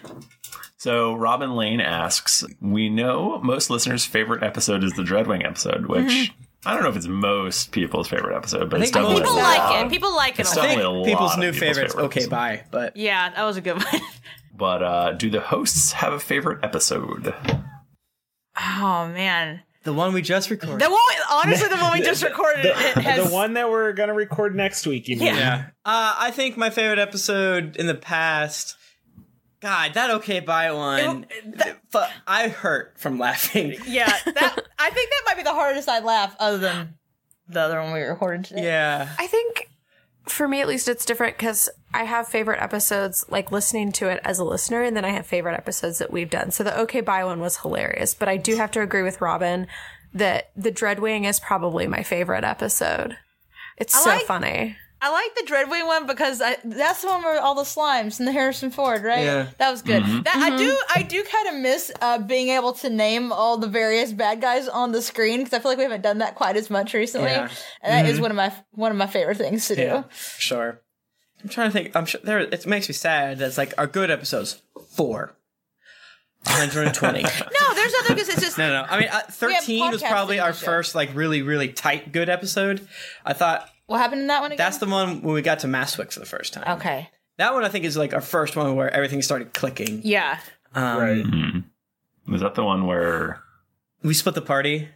Speaker 1: So Robin Lane asks, "We know most listeners' favorite episode is the Dreadwing episode, which
Speaker 3: Mhm.
Speaker 1: I don't know if it's most people's favorite episode, but it's
Speaker 2: think
Speaker 1: definitely a
Speaker 3: People like
Speaker 1: lot.
Speaker 3: it. People like it
Speaker 1: It's
Speaker 3: a lot.
Speaker 1: definitely a lot
Speaker 2: people's
Speaker 1: of
Speaker 2: new
Speaker 1: people's
Speaker 2: favorites.
Speaker 1: favorite
Speaker 2: Okay, bye. But
Speaker 3: Yeah, that was a good one.
Speaker 1: But uh, do the hosts have a favorite episode?
Speaker 3: Oh man.
Speaker 2: the one we just recorded.
Speaker 3: The one honestly the one we just
Speaker 5: The-
Speaker 3: recorded
Speaker 5: the,
Speaker 3: it has
Speaker 5: the one that we're going to record next week, you mean?
Speaker 2: Yeah. Uh, I think my favorite episode in the past. God, that okay bye one. Fu- I hurt from laughing.
Speaker 3: Yeah, that I think that might be the hardest I laugh other than the other one we recorded today.
Speaker 2: Yeah.
Speaker 4: I think for me at least it's different because I have favorite episodes like listening to it as a listener, and then I have favorite episodes that we've done. So the OK Bye one was hilarious, but I do have to agree with Robin that the Dreadwing is probably my favorite episode. It's
Speaker 3: I
Speaker 4: so
Speaker 3: like-
Speaker 4: funny.
Speaker 3: I like the Dreadwing one because I, that's the one where all the slimes and the Harrison Ford, right?
Speaker 4: Yeah.
Speaker 3: That was good.
Speaker 4: Mhm.
Speaker 3: That I do I do kind of miss uh, being able to name all the various bad guys on the screen because I feel like we haven't done that quite as much recently,
Speaker 2: Yeah.
Speaker 3: and that is
Speaker 2: Mhm.
Speaker 3: one of my one of my favorite things to do.
Speaker 2: Yeah, sure. I'm trying to think. I'm sure there. It makes me sad. That's like our good episodes four. 120.
Speaker 3: No, there's other because it's just
Speaker 2: No, no. I mean, uh,
Speaker 3: We have
Speaker 2: 13 was
Speaker 3: podcasts
Speaker 2: probably
Speaker 3: that
Speaker 2: our
Speaker 3: we show.
Speaker 2: first like really, really tight good episode. I thought
Speaker 3: what happened in that one again. Oh.
Speaker 2: that's the one when we got to Maswick for the first time.
Speaker 3: okay.
Speaker 2: That one I think is like our first one where everything started clicking.
Speaker 3: Yeah.
Speaker 2: Um,
Speaker 1: Mhm. Was that the one where
Speaker 2: we split the party?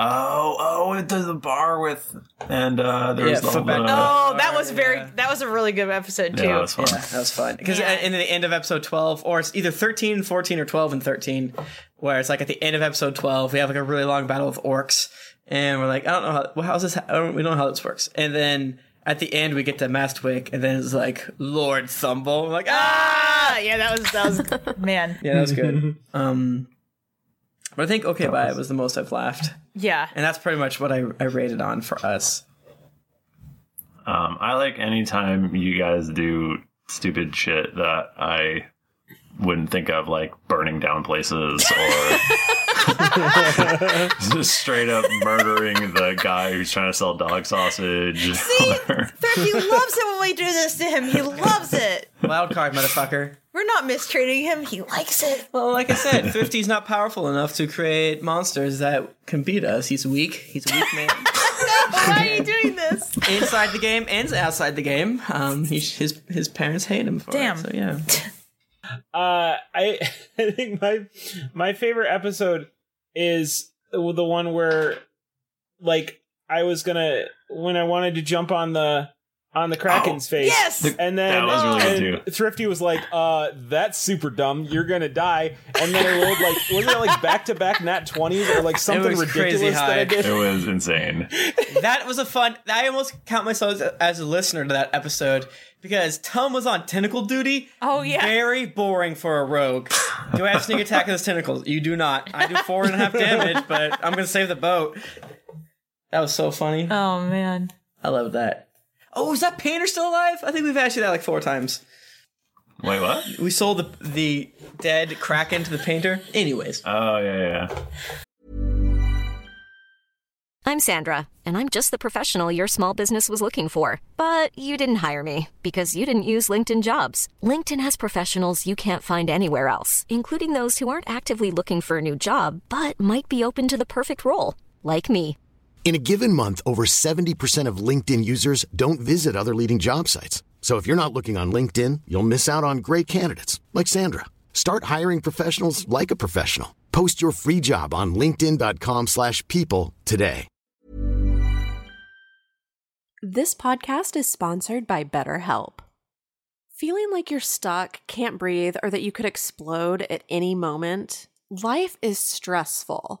Speaker 1: Oh, oh, it does the bar with and uh, there was
Speaker 2: Yeah,
Speaker 1: the,
Speaker 2: foot back-
Speaker 1: the-
Speaker 3: Oh, that was very that was a really good episode too.
Speaker 1: yeah, that was fun.
Speaker 2: Yeah, that was fun. Because in the end of episode 12, or it's either 13, 14, or 12 and 13, where it's like at the end of episode 12, we have like a really long battle with orcs. And we're like, I don't know how, well, how's this, I don't, we don't know how this works. And then at the end, we get to Mastwick, and then it's like, Lord Thumble. I'm like, ah!
Speaker 3: Ah, yeah, that was that was man.
Speaker 2: Yeah, that was good. um,
Speaker 6: But I think okay, bye was the most I've laughed,
Speaker 3: Yeah.
Speaker 6: and that's pretty much what I, I rated on for us.
Speaker 1: Um, I like anytime you guys do stupid shit that I wouldn't think of, like burning down places or just straight up murdering the guy who's trying to sell dog sausage.
Speaker 3: Thrifty loves it when we do this to him. He loves it.
Speaker 6: Wild card, motherfucker.
Speaker 3: We're not mistreating him. He likes it.
Speaker 6: Well, like I said, Thrifty's not powerful enough to create monsters that can beat us. He's weak. He's a weak man.
Speaker 3: Why are you doing this?
Speaker 6: Inside the game and outside the game, um, he, his his parents hate him for
Speaker 3: Damn.
Speaker 6: it. So yeah.
Speaker 5: Uh, I I think my my favorite episode is the one where like I was gonna when I wanted to jump on the on the Kraken's face.
Speaker 7: yes!
Speaker 5: and then
Speaker 7: That was really good,
Speaker 5: and Thrifty was like, "Uh, that's super dumb. You're gonna die." And then I rolled like wasn't it like back to back nat twenties or like something
Speaker 6: was crazy
Speaker 5: ridiculous that I
Speaker 6: high.
Speaker 5: did?
Speaker 1: It was insane.
Speaker 6: that was a fun. I almost count myself as a, as a listener to that episode because Tom was on tentacle duty. Oh yeah, very boring for a rogue. Do I have sneak attack against tentacles? You do not. I do four and a half damage, but I'm gonna save the boat. That was so funny.
Speaker 3: Oh man,
Speaker 6: I love that. Oh, is that painter still alive? I think we've asked you that like four times.
Speaker 1: Wait, what?
Speaker 6: We sold the the dead kraken to the painter. Anyways.
Speaker 1: Oh yeah, yeah.
Speaker 8: I'm Sandra, and I'm just the professional your small business was looking for. But you didn't hire me because you didn't use LinkedIn jobs. LinkedIn has professionals you can't find anywhere else, including those who aren't actively looking for a new job but might be open to the perfect role, like me.
Speaker 9: In a given month, over 70% of LinkedIn users don't visit other leading job sites. So if you're not looking on LinkedIn, you'll miss out on great candidates like Sandra. Start hiring professionals like a professional. Post your free job on linkedin.com/people slash people today.
Speaker 10: This podcast is sponsored by BetterHelp. Feeling like you're stuck, can't breathe, or that you could explode at any moment? Life is stressful.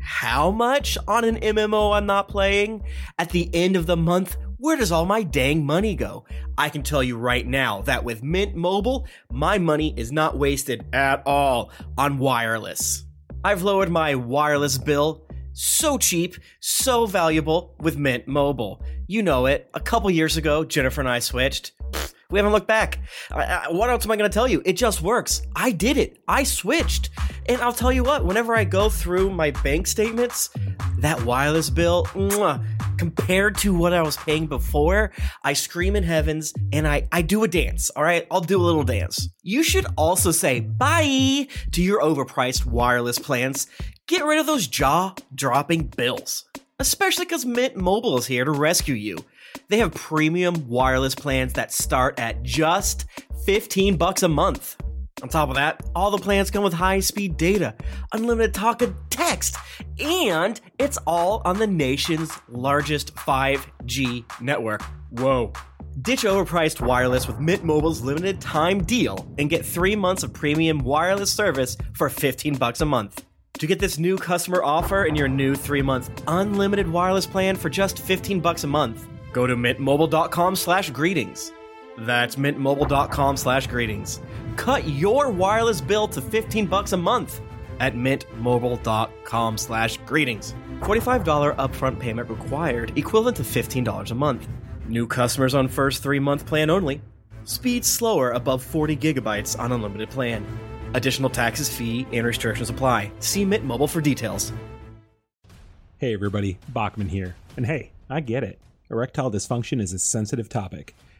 Speaker 2: how much on an MMO I'm not playing? At the end of the month, where does all my dang money go? I can tell you right now that with Mint Mobile, my money is not wasted at all on wireless. I've lowered my wireless bill so cheap, so valuable with Mint Mobile. You know it. A couple years ago, Jennifer and I switched. Pfft, We haven't looked back. I- I- what else am I going to tell you? It just works. I did it. I switched. And I'll tell you what, whenever I go through my bank statements, that wireless bill, mwah, compared to what I was paying before, I scream in heavens and I, I do a dance. All right, I'll do a little dance. You should also say bye to your overpriced wireless plans. Get rid of those jaw dropping bills, especially because Mint Mobile is here to rescue you. They have premium wireless plans that start at just 15 bucks a month. On top of that, all the plans come with high speed data, unlimited talk and text, and it's all on the nation's largest 5G network. Whoa. Ditch overpriced wireless with Mint Mobile's limited time deal and get three months of premium wireless service for 15 bucks a month. To get this new customer offer and your new three-month unlimited wireless plan for just 15 bucks a month, go to mintmobile.com slash greetings. That's mintmobile.com slash greetings. Cut your wireless bill to 15 bucks a month at mintmobile.com slash greetings. $45 upfront payment required, equivalent to $15 a month. New customers on first three-month plan only.
Speaker 11: Speed slower above 40 gigabytes on unlimited plan. Additional taxes, fee, and restrictions apply. See Mint Mobile for details.
Speaker 5: Hey, everybody, Bachman here. And hey, I get it. Erectile dysfunction is a sensitive topic,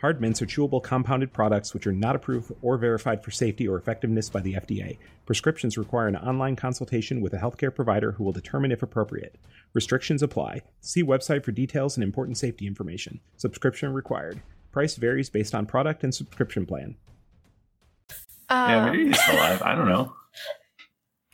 Speaker 5: Hard mints are chewable compounded products which are not approved or verified for safety or effectiveness by the FDA. Prescriptions require an online consultation with a healthcare provider who will determine if appropriate. Restrictions apply. See website for details and important safety information. Subscription required. Price varies based on product and subscription plan.
Speaker 1: yeah, maybe he's still alive. I don't know.
Speaker 4: Um,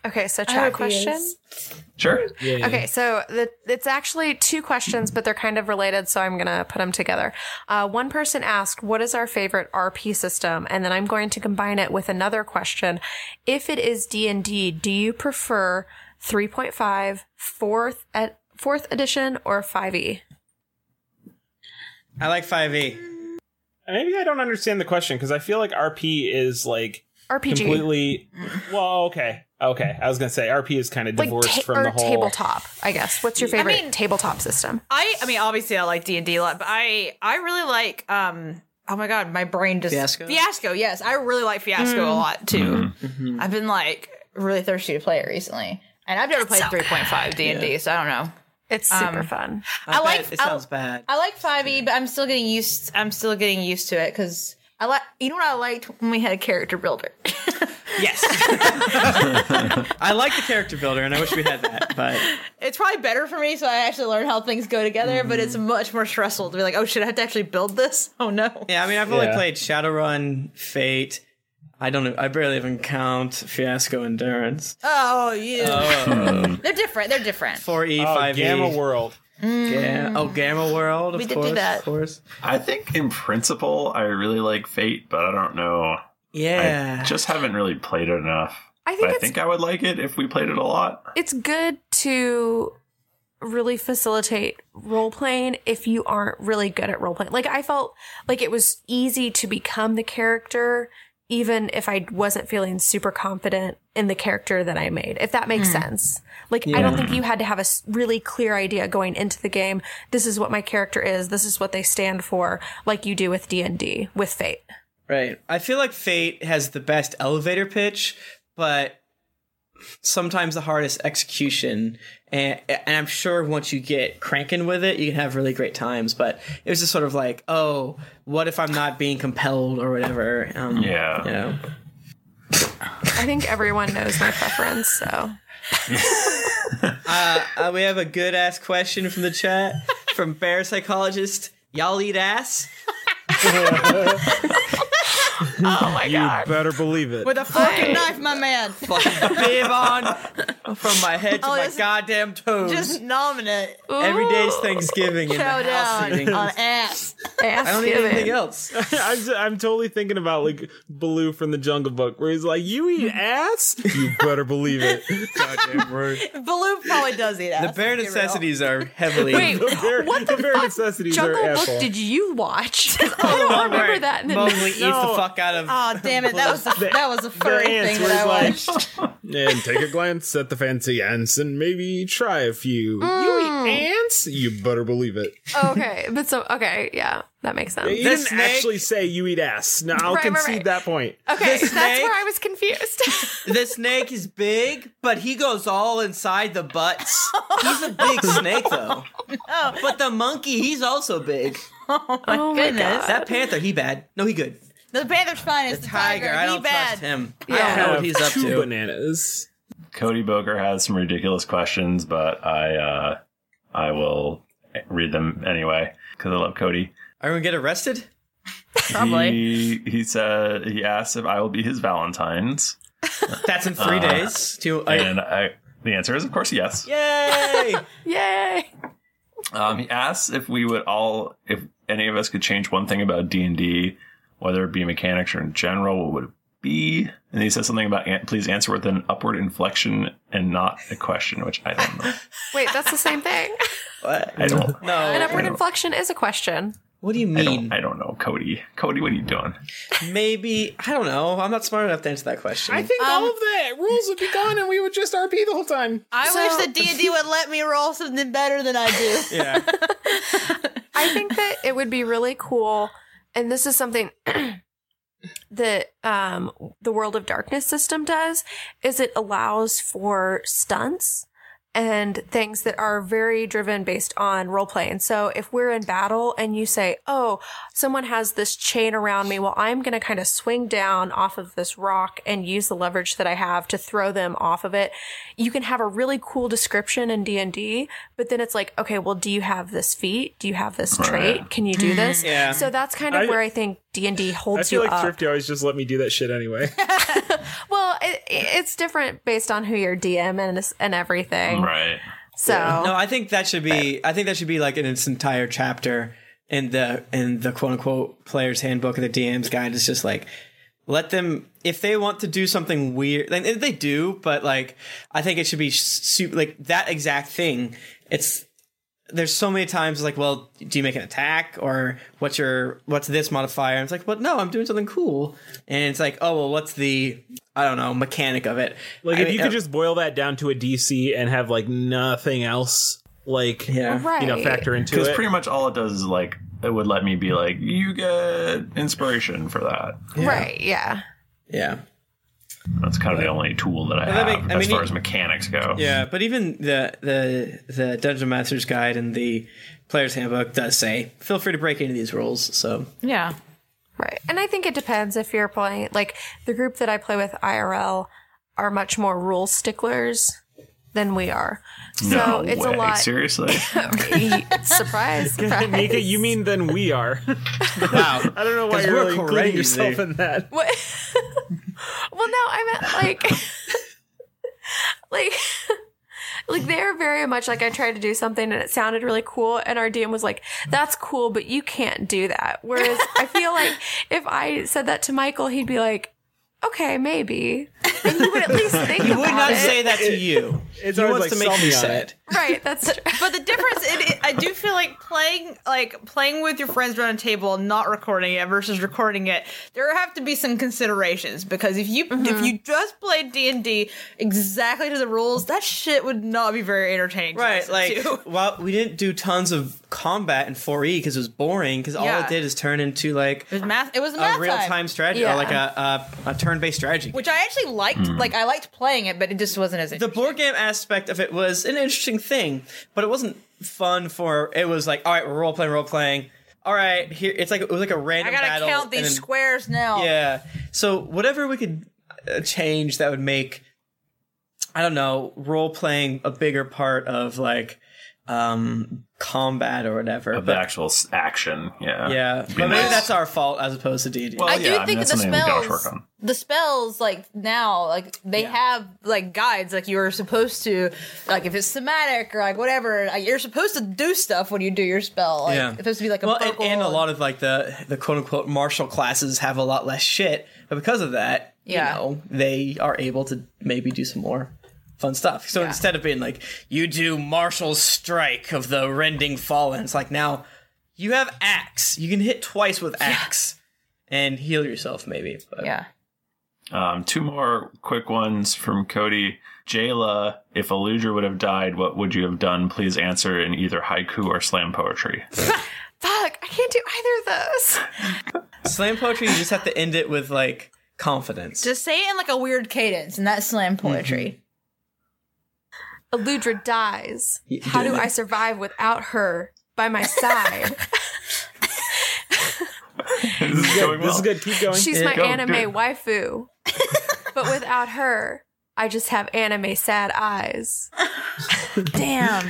Speaker 4: Okay, so
Speaker 1: I
Speaker 4: chat
Speaker 1: hope he is.
Speaker 4: question.
Speaker 1: Sure.
Speaker 4: Okay, so the, it's actually two questions, but they're kind of related, so I'm going to put them together. Uh, one person asked, What is our favorite RP system? And then I'm going to combine it with another question. If it is D&D, do you prefer 3.5, fourth, ed- fourth edition, or E? 5e?
Speaker 12: I like E. 5e. Maybe I don't understand the question because I feel like RP is like
Speaker 4: RPG.
Speaker 12: completely. Well, okay, okay. I was gonna say RP is kind of divorced
Speaker 4: ta-
Speaker 12: from
Speaker 4: or
Speaker 12: the whole
Speaker 4: tabletop, I guess. What's your
Speaker 3: I
Speaker 4: favorite
Speaker 3: mean-
Speaker 4: tabletop system?
Speaker 3: I I mean obviously I like D and D a lot, but I I really like um oh my god my brain just
Speaker 2: Fiasco?
Speaker 3: Fiasco, yes, I really like Fiasco
Speaker 12: Mm-hmm.
Speaker 2: Mm.
Speaker 3: a lot too. I've been like really thirsty to play it recently, and I've never played three point five D and D,
Speaker 2: Yeah.
Speaker 3: so I don't know. Um,
Speaker 4: It's
Speaker 2: super
Speaker 4: fun.
Speaker 3: I, like
Speaker 2: It
Speaker 3: I-
Speaker 2: sounds bad.
Speaker 3: I like five E, but I'm still getting used. I'm still getting used to it because I like. You know what I liked when we had a character builder.
Speaker 2: I like the character builder, and I wish we had that. But
Speaker 3: It's probably better for me, so I actually learn how things go together. But it's
Speaker 2: Mm-hmm.
Speaker 3: much more stressful to be like, oh shit, I have to actually build this. Oh no.
Speaker 2: yeah, I mean, I've only played Shadowrun, Fate. I don't know. I barely even count Fiasco Endurance.
Speaker 3: Oh yeah.
Speaker 2: Oh.
Speaker 3: They're different. They're different.
Speaker 2: Four E,
Speaker 12: Oh,
Speaker 2: five E.
Speaker 12: Gamma World.
Speaker 2: Ga-
Speaker 3: Mm.
Speaker 2: oh, Gamma World. Of
Speaker 3: We did do
Speaker 2: course,
Speaker 3: that.
Speaker 2: Of course.
Speaker 1: I think in principle, I really like Fate, but I don't know.
Speaker 2: Yeah.
Speaker 1: I just haven't really played it enough.
Speaker 4: I
Speaker 1: But
Speaker 4: think
Speaker 1: I
Speaker 4: it's-
Speaker 1: think I would like it if we played it a lot.
Speaker 4: it's good to really facilitate role playing if you aren't really good at role playing. Like I felt like it was easy to become the character even if I wasn't feeling super confident in the character that I made. If that makes
Speaker 10: Mm.
Speaker 4: sense. Like I don't
Speaker 10: Yeah.
Speaker 4: think you had to have a s- really clear idea going into the game. This is what my character is. This is what they stand for like you do with D&D with Fate.
Speaker 2: Right. I feel like Fate has the best elevator pitch, but sometimes the hardest execution. And, and I'm sure once you get cranking with it, you can have really great times. But it was just sort of like, oh, what if I'm not being compelled or whatever? Um, yeah. You know.
Speaker 4: I think everyone knows my preference, so
Speaker 2: uh, uh, we have a good ass question from the chat from Bear Psychologist. Y'all eat ass?
Speaker 3: oh my
Speaker 12: You better believe it.
Speaker 3: With a fork and knife, my man.
Speaker 2: fucking bib on from my head to
Speaker 3: Oh,
Speaker 2: my
Speaker 3: this-
Speaker 2: goddamn toes.
Speaker 3: Just nominate. it.
Speaker 2: Every day's Thanksgiving in the
Speaker 3: Chow
Speaker 2: house
Speaker 3: down
Speaker 2: eating.
Speaker 3: on ass.
Speaker 2: I don't need anything else.
Speaker 12: I'm, s- I'm totally thinking about like Baloo from the Jungle Book, where he's like, "You eat ass? You better believe it." Goddamn right.
Speaker 3: Baloo probably does eat ass.
Speaker 2: The bare necessities are heavily.
Speaker 4: Wait,
Speaker 12: the bare, what the, bare necessities
Speaker 4: Jungle
Speaker 12: are
Speaker 4: Book
Speaker 12: asshole.
Speaker 4: did you watch? I don't remember that. in the-
Speaker 2: Mowgli eats the fuck out of.
Speaker 3: Oh damn it! That was the, that was a
Speaker 12: the
Speaker 3: furry
Speaker 12: ants
Speaker 3: thing
Speaker 12: where
Speaker 3: that I watched.
Speaker 12: he's like, and take a glance at the fancy ants and maybe try a few.
Speaker 4: Mm.
Speaker 12: You eat ants? You better believe it.
Speaker 4: okay, but so okay, yeah, that makes sense.
Speaker 12: you didn't actually say you eat ass. Now I'll
Speaker 4: Um, Right, right,
Speaker 12: concede
Speaker 4: right.
Speaker 12: that point.
Speaker 4: okay,
Speaker 2: The
Speaker 4: that's where
Speaker 2: snake-
Speaker 4: I was confused.
Speaker 2: The snake is big, but he goes all inside the butts. He's a big snake though. But the monkey, he's also big.
Speaker 3: Oh my goodness.
Speaker 2: That panther, he bad. No, he good.
Speaker 3: The panther's fine. It's the tiger.
Speaker 2: I
Speaker 3: He
Speaker 2: don't
Speaker 3: bad.
Speaker 2: trust him. I
Speaker 3: Yeah.
Speaker 2: don't know what he's up
Speaker 12: Two
Speaker 2: to.
Speaker 12: bananas.
Speaker 1: Cody Boker has some ridiculous questions, but I uh, I will read them anyway because I love Cody.
Speaker 2: Are we gonna get arrested?
Speaker 1: He, he said he asked if I will be his Valentine's. Uh,
Speaker 2: That's in three days.
Speaker 1: and I, the answer is, of course, yes.
Speaker 2: Yay!
Speaker 4: Yay!
Speaker 1: Um, he asks if we would all, if any of us could change one thing about D and D, whether it be mechanics or in general, what would it be? And he says something about an- please answer with an upward inflection and not a question, which I don't know.
Speaker 4: Wait, that's the same thing.
Speaker 1: I don't.
Speaker 2: No.
Speaker 4: An upward
Speaker 1: I don't-
Speaker 4: inflection is a question.
Speaker 2: What do you
Speaker 1: I don't, I don't know, Oh, Cody. Cody, what are you doing?
Speaker 2: Maybe I don't know. I'm not smart enough to answer that question.
Speaker 5: I
Speaker 3: Um,
Speaker 5: think all of the rules would be gone and we would just RP the whole time.
Speaker 3: I wish that D and D would let me roll something better than I do.
Speaker 5: Yeah.
Speaker 4: I think that it would be really cool, and this is something that um, the World of Darkness system does, is it allows for stunts and things that are very driven based on role play. And so if we're in battle and you say, oh, someone has this chain around me, well, I'm going to kind of swing down off of this rock and use the leverage that I have to throw them off of it. You can have a really cool description in D&D, but then it's like, okay, well, do you have this feat? Do you have this trait? Can you do this?
Speaker 5: Mm-hmm. Yeah.
Speaker 4: So that's kind of
Speaker 5: I-
Speaker 4: where I think D&D
Speaker 5: I
Speaker 4: holds
Speaker 5: feel
Speaker 4: you
Speaker 5: like
Speaker 4: up.
Speaker 5: Thrifty always just let me do that shit anyway.
Speaker 4: Well, it, it's different based on who your DM and and everything,
Speaker 1: right?
Speaker 4: So
Speaker 2: no, I think that should be. I think that should be like in its entire chapter in the in the quote unquote player's handbook or the DM's guide. It's just like let them if they want to do something weird, then they do. But like, I think it should be su- like that exact thing. It's there's so many times like, well, do you make an attack or what's your what's this modifier? And it's like, well, no, I'm doing something cool, and it's like, oh well, what's the I don't know mechanic of it.
Speaker 5: Like
Speaker 2: I
Speaker 5: if
Speaker 2: mean,
Speaker 5: you
Speaker 2: uh,
Speaker 5: could just boil that down to a DC and have like nothing else, like you know, factor into
Speaker 1: Because
Speaker 5: it.
Speaker 1: pretty much all it does is like it would let me be like, you get inspiration for that.
Speaker 4: right, yeah.
Speaker 2: Yeah.
Speaker 1: That's kind of the only tool that I
Speaker 2: Well,
Speaker 1: have
Speaker 2: that make- I
Speaker 1: as
Speaker 2: mean,
Speaker 1: far
Speaker 2: you-
Speaker 1: as mechanics go.
Speaker 2: Yeah, but even the the the Dungeon Master's Guide and the Player's Handbook does say feel free to break any of these rules. So
Speaker 4: Yeah. Right. And I think it depends if you're playing like the group that I play with IRL are much more rule sticklers than we are. so
Speaker 5: No
Speaker 4: it's
Speaker 5: way.
Speaker 4: a lot
Speaker 1: Seriously.
Speaker 4: surprise, surprise.
Speaker 5: Mika, you mean then we are? wow, I don't know why
Speaker 2: 'Cause
Speaker 5: you're
Speaker 2: we're
Speaker 5: really including
Speaker 2: crazy.
Speaker 5: yourself in that.
Speaker 4: What? well, no, I meant like, like, like they're very much like I tried to do something and it sounded really cool, and our DM was like, "That's cool, but you can't do that." Whereas I feel like if I said that to Michael, he'd be like, "Okay, maybe," and you would at least think
Speaker 2: he would
Speaker 4: about
Speaker 2: not
Speaker 4: it.
Speaker 2: say that to you.
Speaker 5: It's
Speaker 2: he
Speaker 5: always like,
Speaker 2: wants to make
Speaker 5: sell
Speaker 2: you
Speaker 5: me on
Speaker 2: sad.
Speaker 4: Right, that's true.
Speaker 3: But the difference, it, it, I do feel like playing, like playing with your friends around a table, and not recording it versus recording it. There have to be some considerations because if you
Speaker 4: Mm-hmm.
Speaker 3: if you just played D and D exactly to the rules, that shit would not be very entertaining.
Speaker 2: Right,
Speaker 3: to listen
Speaker 2: like
Speaker 3: to.
Speaker 2: well, we didn't do tons of combat in 4E because it was boring. Because all
Speaker 3: Yeah.
Speaker 2: it did is turn into like
Speaker 3: it was math. It was a math
Speaker 2: a real time strategy or like a, a, a turn based strategy.
Speaker 3: which I actually liked.
Speaker 2: Mm.
Speaker 3: Like I liked playing it, but it just wasn't as
Speaker 2: the board game aspect of it was an interesting thing, but it wasn't fun for. It was like, all right, we're role playing, role playing. All right, here it's like it was like a
Speaker 3: I
Speaker 2: random.
Speaker 3: gotta
Speaker 2: battle,
Speaker 3: count
Speaker 2: and
Speaker 3: these
Speaker 2: then-
Speaker 3: squares now.
Speaker 2: Yeah. So whatever we could uh, change that would make, I don't know, role playing a bigger part of like um combat or whatever.
Speaker 1: Of the actual s- action. Yeah.
Speaker 2: yeah,
Speaker 1: It'd
Speaker 2: but
Speaker 1: be
Speaker 2: maybe
Speaker 1: nice.
Speaker 2: that's our fault as opposed to D&D.
Speaker 1: Well,
Speaker 3: I
Speaker 1: yeah,
Speaker 3: do
Speaker 1: I mean,
Speaker 3: think
Speaker 1: that's
Speaker 3: the
Speaker 1: something we gotta
Speaker 3: spells,
Speaker 1: work on.
Speaker 3: the spells, like now, like they have like guides, like you are supposed to, like if it's thematic or like whatever, like, you're supposed to do stuff when you do your spell. Like,
Speaker 2: Yeah.
Speaker 3: it's supposed to be like a
Speaker 2: well, and,
Speaker 3: vocal.
Speaker 2: and a lot of like the the quote unquote martial classes have a lot less shit, but because of that, you
Speaker 3: Yeah.
Speaker 2: know, they are able to maybe do some more fun stuff. So instead of being like you do martial strike of the rending fallen, it's like now you have axe. You can hit twice with axe and heal yourself maybe. But
Speaker 3: yeah.
Speaker 1: Um, two more quick ones from Cody. Jayla, if Eludra would have died, what would you have done? Please answer in either haiku or slam poetry.
Speaker 4: Fuck, I can't do either of those.
Speaker 2: Slam poetry, you just have to end it with like confidence.
Speaker 3: Just say it in like a weird cadence, and that's slam poetry.
Speaker 1: Mm-hmm.
Speaker 4: Eludra dies. How do
Speaker 3: did it.
Speaker 4: I survive without her by my side?
Speaker 5: This is good. Keep going.
Speaker 4: She's my anime waifu, but without her, I just have anime sad eyes.
Speaker 3: Damn.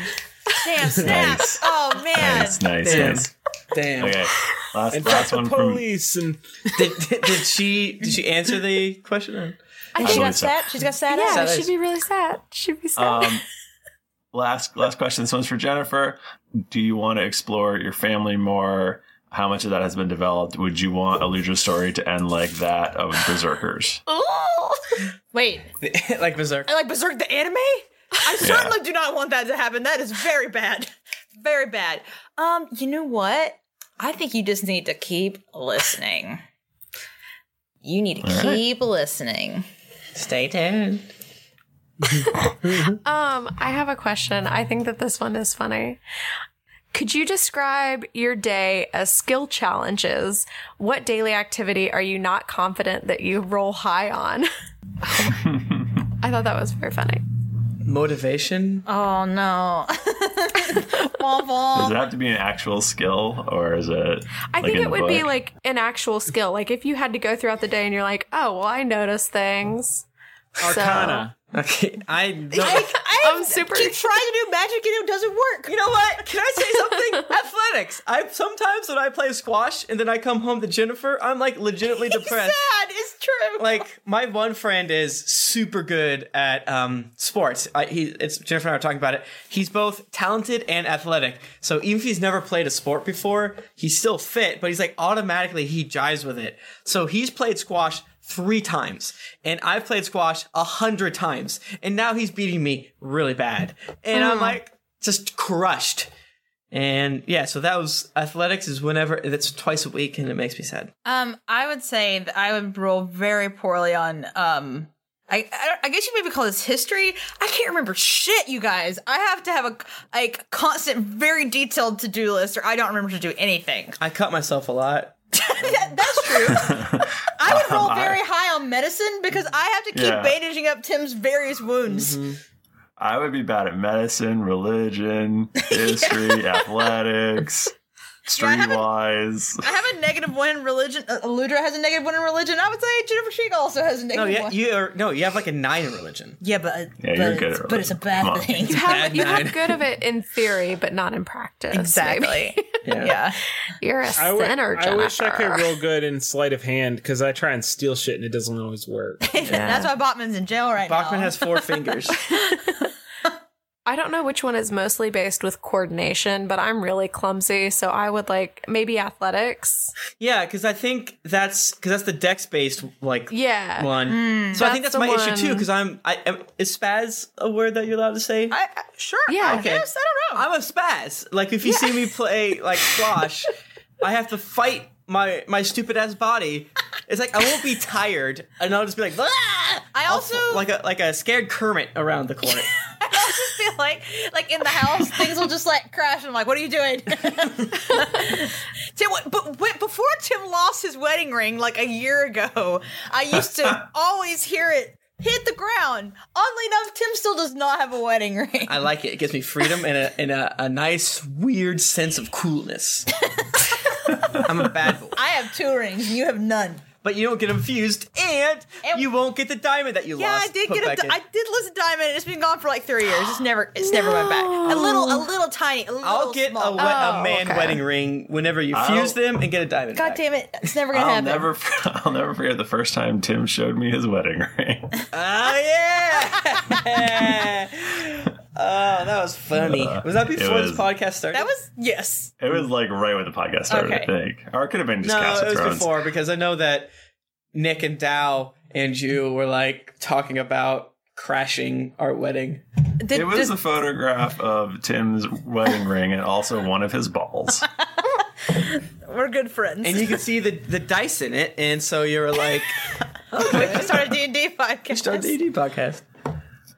Speaker 3: Damn, snap.
Speaker 4: Nice.
Speaker 3: Oh, man.
Speaker 1: Mm. Nice, nice,
Speaker 2: Damn.
Speaker 1: nice.
Speaker 2: Damn.
Speaker 1: Okay, last, last one from
Speaker 2: police and did, did, did she did she answer the question?
Speaker 4: I
Speaker 1: think- She's got
Speaker 4: sad-
Speaker 3: she's got sad
Speaker 4: yeah,
Speaker 1: eyes.
Speaker 4: she'd be really sad. She'd be sad.
Speaker 1: Um, last last question. This one's for Jennifer. Do you want to explore your family more? How much of that has been developed? Would you want Eludra's story to end like that of Berserkers?
Speaker 3: Ooh. Wait,
Speaker 2: like Berserk.
Speaker 3: I like Berserk the anime? I
Speaker 1: Yeah.
Speaker 3: certainly do not want that to happen. That is very bad. Very bad. Um, you know what? I think you just need to keep listening. You need to
Speaker 2: All right.
Speaker 3: keep listening.
Speaker 2: Stay tuned.
Speaker 4: Um, I have a question. I think that this one is funny. Could you describe your day as skill challenges? What daily activity are you not confident that you roll high on? I thought that was very funny.
Speaker 2: Motivation.
Speaker 3: Oh no.
Speaker 1: Does it have to be an actual skill, or is it?
Speaker 4: I
Speaker 1: like
Speaker 4: think
Speaker 1: in
Speaker 4: it
Speaker 1: the
Speaker 4: would be
Speaker 1: book?
Speaker 4: like an actual skill. Like if you had to go throughout the day and you're like, oh, well, I notice things.
Speaker 2: Arcana. Okay, I don't.
Speaker 3: I, am super. Keep trying to do magic and it doesn't work.
Speaker 2: You know what? Can I say something? Athletics. I sometimes when I play squash and then I come home to Jennifer, I'm like legitimately depressed.
Speaker 3: Sad, it's true.
Speaker 2: Like my one friend is super good at um, sports. I, he, it's Jennifer and I are talking about it. He's both talented and athletic. So even if he's never played a sport before, he's still fit. But he's like automatically he jives with it. So he's played squash three times, and I've played squash a hundred times, and now he's beating me really bad. And I'm
Speaker 13: Mm.
Speaker 2: like just crushed. And yeah, so that was athletics is whenever that's twice a week, and it makes me sad.
Speaker 3: Um, I would say that I would roll very poorly on um. I, I, I guess you maybe call this history. I can't remember shit, you guys. I have to have a like constant, very detailed to do list, or I don't remember to do anything.
Speaker 2: I cut myself a lot.
Speaker 3: I would roll
Speaker 2: Um, I-
Speaker 3: very high on medicine because I have to keep
Speaker 1: Yeah.
Speaker 3: bandaging up Tim's various wounds.
Speaker 2: Mm-hmm.
Speaker 1: I would be bad at medicine, religion, history, athletics, streetwise.
Speaker 3: I have a negative one in religion. Uh, Ludra has a negative one in religion. I would say Jennifer Sheik also has a
Speaker 2: No,
Speaker 3: negative
Speaker 2: yeah,
Speaker 3: one.
Speaker 2: you are, no, you have like a nine in religion.
Speaker 3: Yeah, but
Speaker 1: Yeah, you're good at
Speaker 3: but it's a bad
Speaker 2: Come on.
Speaker 3: thing.
Speaker 4: You have, you have good of it in theory, but not in practice.
Speaker 3: Exactly.
Speaker 2: Yeah.
Speaker 4: You're a
Speaker 5: I, w-
Speaker 4: sinner,
Speaker 5: I wish I could
Speaker 4: Jennifer.
Speaker 5: real good in sleight of hand because I try and steal shit and it doesn't always work.
Speaker 3: That's why Bachman's in jail right
Speaker 5: Bachman
Speaker 3: now.
Speaker 5: has four fingers.
Speaker 4: I don't know which one is mostly based with coordination, but I'm really clumsy, so I would like maybe athletics.
Speaker 2: Yeah, because I think that's because that's the dex based like
Speaker 4: Yeah.
Speaker 2: one.
Speaker 4: Mm,
Speaker 2: so I think
Speaker 4: that's
Speaker 2: that's
Speaker 4: the
Speaker 2: my issue too.
Speaker 4: one.
Speaker 2: Because I'm I am, is spaz a word that you're allowed to say?
Speaker 3: I, sure.
Speaker 2: Yeah.
Speaker 3: I guess. I don't know.
Speaker 2: I'm a spaz. Like if you see me play like squash, I have to fight my my stupid ass body. It's like I won't be tired, and I'll just be like. "Ah!"
Speaker 3: I
Speaker 2: I'll
Speaker 3: also
Speaker 2: f- like a like a scared Kermit around the court.
Speaker 3: feel like like in the house things will just like crash. And I'm like, what are you doing? Tim, what- but wait, before Tim lost his wedding ring like a year ago, I used to always hear it hit the ground. Oddly enough, Tim still does not have a wedding ring.
Speaker 2: I like it. It gives me freedom and a and a, a nice weird sense of coolness. I'm a bad boy.
Speaker 3: I have two rings, and you have none.
Speaker 2: But you don't get infused, and you won't get the diamond that you
Speaker 3: yeah,
Speaker 2: lost.
Speaker 3: I did
Speaker 2: put
Speaker 3: get
Speaker 2: back
Speaker 3: a. di-
Speaker 2: in.
Speaker 3: I did lose a diamond. and It's been gone for like three years. It's never. It's never went back. A little. A little tiny. A little
Speaker 2: I'll get a, we-
Speaker 3: small.
Speaker 2: Oh, a man wedding ring whenever you
Speaker 1: I'll-
Speaker 2: fuse them and get a diamond.
Speaker 3: God damn it! It's never gonna
Speaker 1: I'll
Speaker 3: happen.
Speaker 1: never, I'll never forget the first time Tim showed me his wedding ring.
Speaker 2: Oh yeah! oh, that was funny.
Speaker 1: Uh,
Speaker 2: was that
Speaker 1: it
Speaker 2: before
Speaker 1: was-
Speaker 2: this podcast started?
Speaker 3: That was yes.
Speaker 1: It was like right when the podcast started,
Speaker 2: Okay.
Speaker 1: I think, or it could have been just
Speaker 2: no,
Speaker 1: Cast of
Speaker 2: it was
Speaker 1: Thrones.
Speaker 2: before because I know that Nick and Dow and you were like talking about crashing our wedding.
Speaker 1: it was a photograph of Tim's wedding ring and also one of his balls.
Speaker 3: We're good friends.
Speaker 2: and you could see the the dice in it, and so you were like,
Speaker 3: we can start a D and D podcast.
Speaker 2: "Start the ED podcast."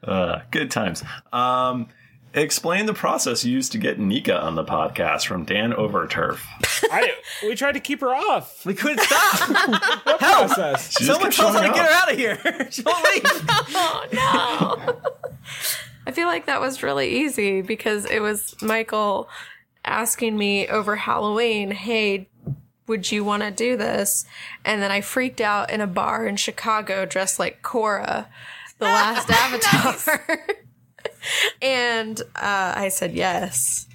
Speaker 1: Uh, good times. Um, explain the process used to get Nika on the podcast from Dan Overturf.
Speaker 5: I, we tried to keep her off.
Speaker 2: We couldn't stop.
Speaker 5: What
Speaker 2: Help!
Speaker 5: process?
Speaker 1: She just
Speaker 2: Someone
Speaker 1: kept
Speaker 2: tell her
Speaker 1: showing
Speaker 2: to get her
Speaker 1: up.
Speaker 2: out of here. She won't leave.
Speaker 4: oh no! I feel like that was really easy because it was Michael asking me over Halloween, "Hey, would you want to do this?" And then I freaked out in a bar in Chicago dressed like Cora. the last avatar. and uh, I said yes.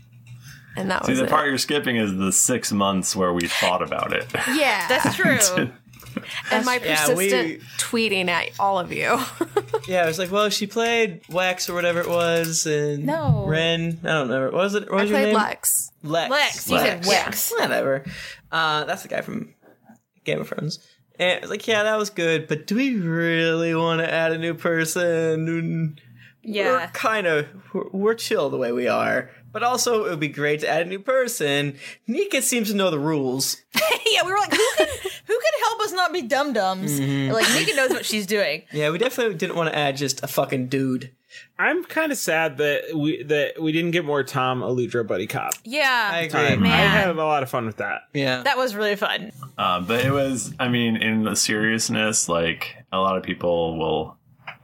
Speaker 4: And that
Speaker 1: See,
Speaker 4: was
Speaker 1: the
Speaker 4: it.
Speaker 1: part you're skipping is the six months where we thought about it.
Speaker 4: yeah. That's and my
Speaker 2: Yeah, we-
Speaker 4: persistent tweeting at all of you.
Speaker 2: Yeah, I was like, well, she played Wax or whatever it was, and
Speaker 4: No.
Speaker 2: Ren. I don't know. What was it? What
Speaker 4: I
Speaker 2: was your
Speaker 4: played
Speaker 2: name?
Speaker 4: Lex.
Speaker 2: Lex.
Speaker 4: Lex, you said Lex.
Speaker 2: Yeah, Whatever. Uh, that's the guy from Game of Thrones. And I was like, yeah, that was good, but do we really want to add a new person?
Speaker 3: Yeah.
Speaker 2: We're kind of we're, we're chill the way we are, but also it would be great to add a new person. Nika seems to know the rules.
Speaker 3: yeah, we were like, who could, who could help us not be dum dums?
Speaker 2: Mhm.
Speaker 3: Like Nika knows what she's doing.
Speaker 2: Yeah, we definitely didn't want to add just a fucking dude.
Speaker 5: I'm kind of sad that we that we didn't get more Tom Aludra buddy cop.
Speaker 3: Yeah,
Speaker 5: Time. I had a lot of fun with that.
Speaker 2: Yeah,
Speaker 3: that was really fun.
Speaker 1: Uh, but it was, I mean, in the seriousness, like a lot of people will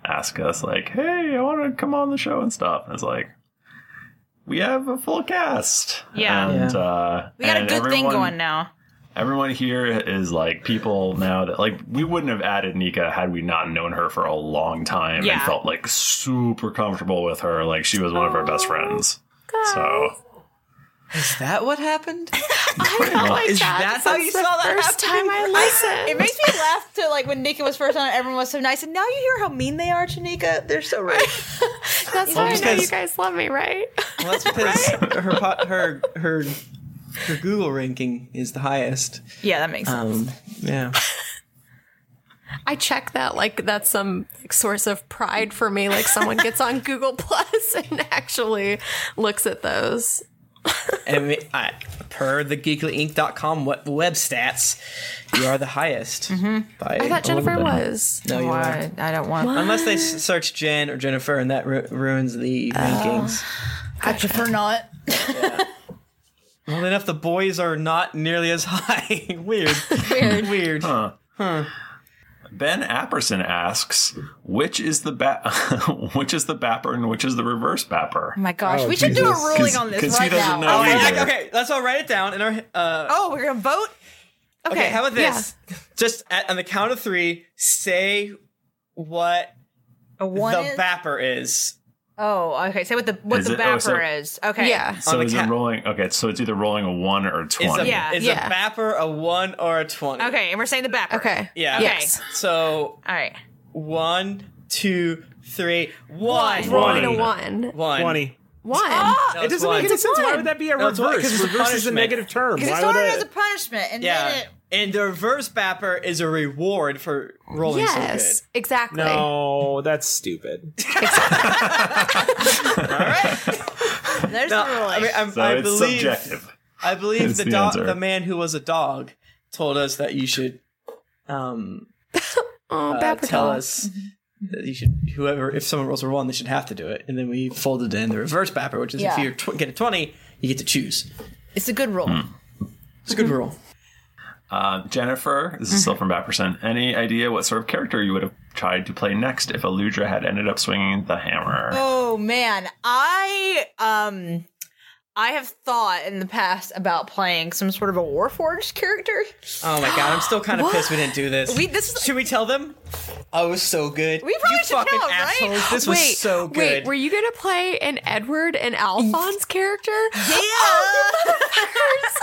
Speaker 1: ask us, like, "Hey, I want to come on the show and stuff." And it's like we have a full cast,
Speaker 3: Yeah.
Speaker 1: and Uh,
Speaker 3: We got a
Speaker 1: and
Speaker 3: good thing
Speaker 1: everyone-
Speaker 3: going now.
Speaker 1: Everyone here is like people now that like we wouldn't have added Nika had we not known her for a long time
Speaker 3: Yeah.
Speaker 1: and felt like super comfortable with her. Like she was one of our best friends. So
Speaker 2: Is that what happened?
Speaker 1: pretty much.
Speaker 2: Is that
Speaker 3: Oh,
Speaker 2: how you saw that
Speaker 3: first time I listened. It makes me laugh to like when Nika was first on. Everyone was so nice, and now you hear how mean they are to Nika. They're so rude.
Speaker 4: That's
Speaker 2: Well,
Speaker 4: why I
Speaker 2: just
Speaker 4: know you
Speaker 2: because-
Speaker 4: guys love me, right?
Speaker 2: Well, that's because her, po- her her her Google ranking is the highest.
Speaker 3: Yeah, that makes
Speaker 2: Um,
Speaker 3: sense.
Speaker 2: yeah.
Speaker 4: I check that like that's some like, source of pride for me. Like someone gets on Google Plus and actually looks at those.
Speaker 2: and we, I, per the geeklyinc.com web, web stats, you are the highest. by
Speaker 4: I thought
Speaker 2: a little
Speaker 4: Jennifer
Speaker 2: bit.
Speaker 4: was.
Speaker 2: No, you
Speaker 4: Why?
Speaker 2: aren't.
Speaker 3: Mm-hmm. I don't want.
Speaker 2: Unless they s- search Jen or Jennifer, and that ru- ruins the rankings.
Speaker 3: I prefer not.
Speaker 2: Well, enough. The boys are not nearly as high. Weird.
Speaker 4: Weird.
Speaker 2: Weird.
Speaker 1: Huh.
Speaker 2: Huh.
Speaker 1: Ben Apperson asks, "Which is the ba- which is the bapper and which is the reverse bapper?"
Speaker 3: Oh my gosh, we should do a ruling on this right now.
Speaker 2: okay, okay, okay, let's all write it down in our. Uh,
Speaker 3: oh, we're gonna vote.
Speaker 2: Okay,
Speaker 3: Okay,
Speaker 2: how about this? Just at, on the count of three, say what
Speaker 3: one
Speaker 2: the
Speaker 3: is-
Speaker 2: bapper is.
Speaker 3: Oh, okay. Say what the what
Speaker 1: Is
Speaker 3: the
Speaker 1: it-
Speaker 3: bapper
Speaker 1: oh, so-
Speaker 3: is. Okay.
Speaker 1: So is it rolling? Okay, so it's either rolling a one or a
Speaker 2: Is
Speaker 1: twenty.
Speaker 2: a, is a bapper a one or a twenty?
Speaker 3: Okay, and we're saying the bapper. Okay.
Speaker 2: Yeah.
Speaker 3: Okay.
Speaker 2: So all
Speaker 3: right.
Speaker 2: One, two, three. One.
Speaker 4: One. One.
Speaker 2: One.
Speaker 5: Twenty.
Speaker 4: One.
Speaker 2: No,
Speaker 3: Oh,
Speaker 5: it
Speaker 2: it's
Speaker 5: doesn't
Speaker 2: one.
Speaker 5: make any
Speaker 2: It's
Speaker 5: sense. Why
Speaker 2: one.
Speaker 5: would that be a
Speaker 2: No, it's
Speaker 5: reverse?
Speaker 2: one, 'cause it's a
Speaker 5: reverse is a
Speaker 2: punishment.
Speaker 5: negative term.
Speaker 2: 'Cause
Speaker 5: Why
Speaker 2: it's
Speaker 5: would
Speaker 2: not
Speaker 5: that?
Speaker 2: as
Speaker 3: a punishment, and
Speaker 2: yeah. And the reverse bapper is a reward for rolling so good.
Speaker 4: exactly.
Speaker 5: No, that's stupid.
Speaker 3: There's
Speaker 2: no, I, mean, I'm-
Speaker 1: So
Speaker 2: I
Speaker 1: it's
Speaker 2: believe,
Speaker 1: subjective.
Speaker 2: I believe
Speaker 1: It's
Speaker 2: the
Speaker 1: the
Speaker 2: dog,
Speaker 1: answer.
Speaker 2: the man who was a dog, told us that you should, um,
Speaker 3: Oh,
Speaker 2: uh,
Speaker 4: bapper
Speaker 2: tell
Speaker 4: dog.
Speaker 2: us that you should whoever if someone rolls a one, they should have to do it, and then we folded in the reverse bapper, which is if
Speaker 3: Yeah.
Speaker 2: you tw- get a twenty, you get to choose.
Speaker 3: It's a good roll.
Speaker 1: Hmm.
Speaker 2: It's a good rule.
Speaker 1: Uh, Jennifer, this is still
Speaker 2: Mm-hmm.
Speaker 1: from Bapperson. Any idea what sort of character you would have tried to play next if Aludra had ended up swinging the hammer?
Speaker 3: Oh man, I um I have thought in the past about playing some sort of a Warforged character.
Speaker 2: Oh my god, I'm still kind of pissed we didn't do this.
Speaker 3: We- this
Speaker 2: should we tell them? Oh, it was so good.
Speaker 4: We probably
Speaker 2: you
Speaker 4: should
Speaker 2: fucking
Speaker 4: tell, right?
Speaker 2: assholes. This was
Speaker 4: Wait,
Speaker 2: so good.
Speaker 4: Wait, were you gonna play an Edward and Alphonse character? Yeah.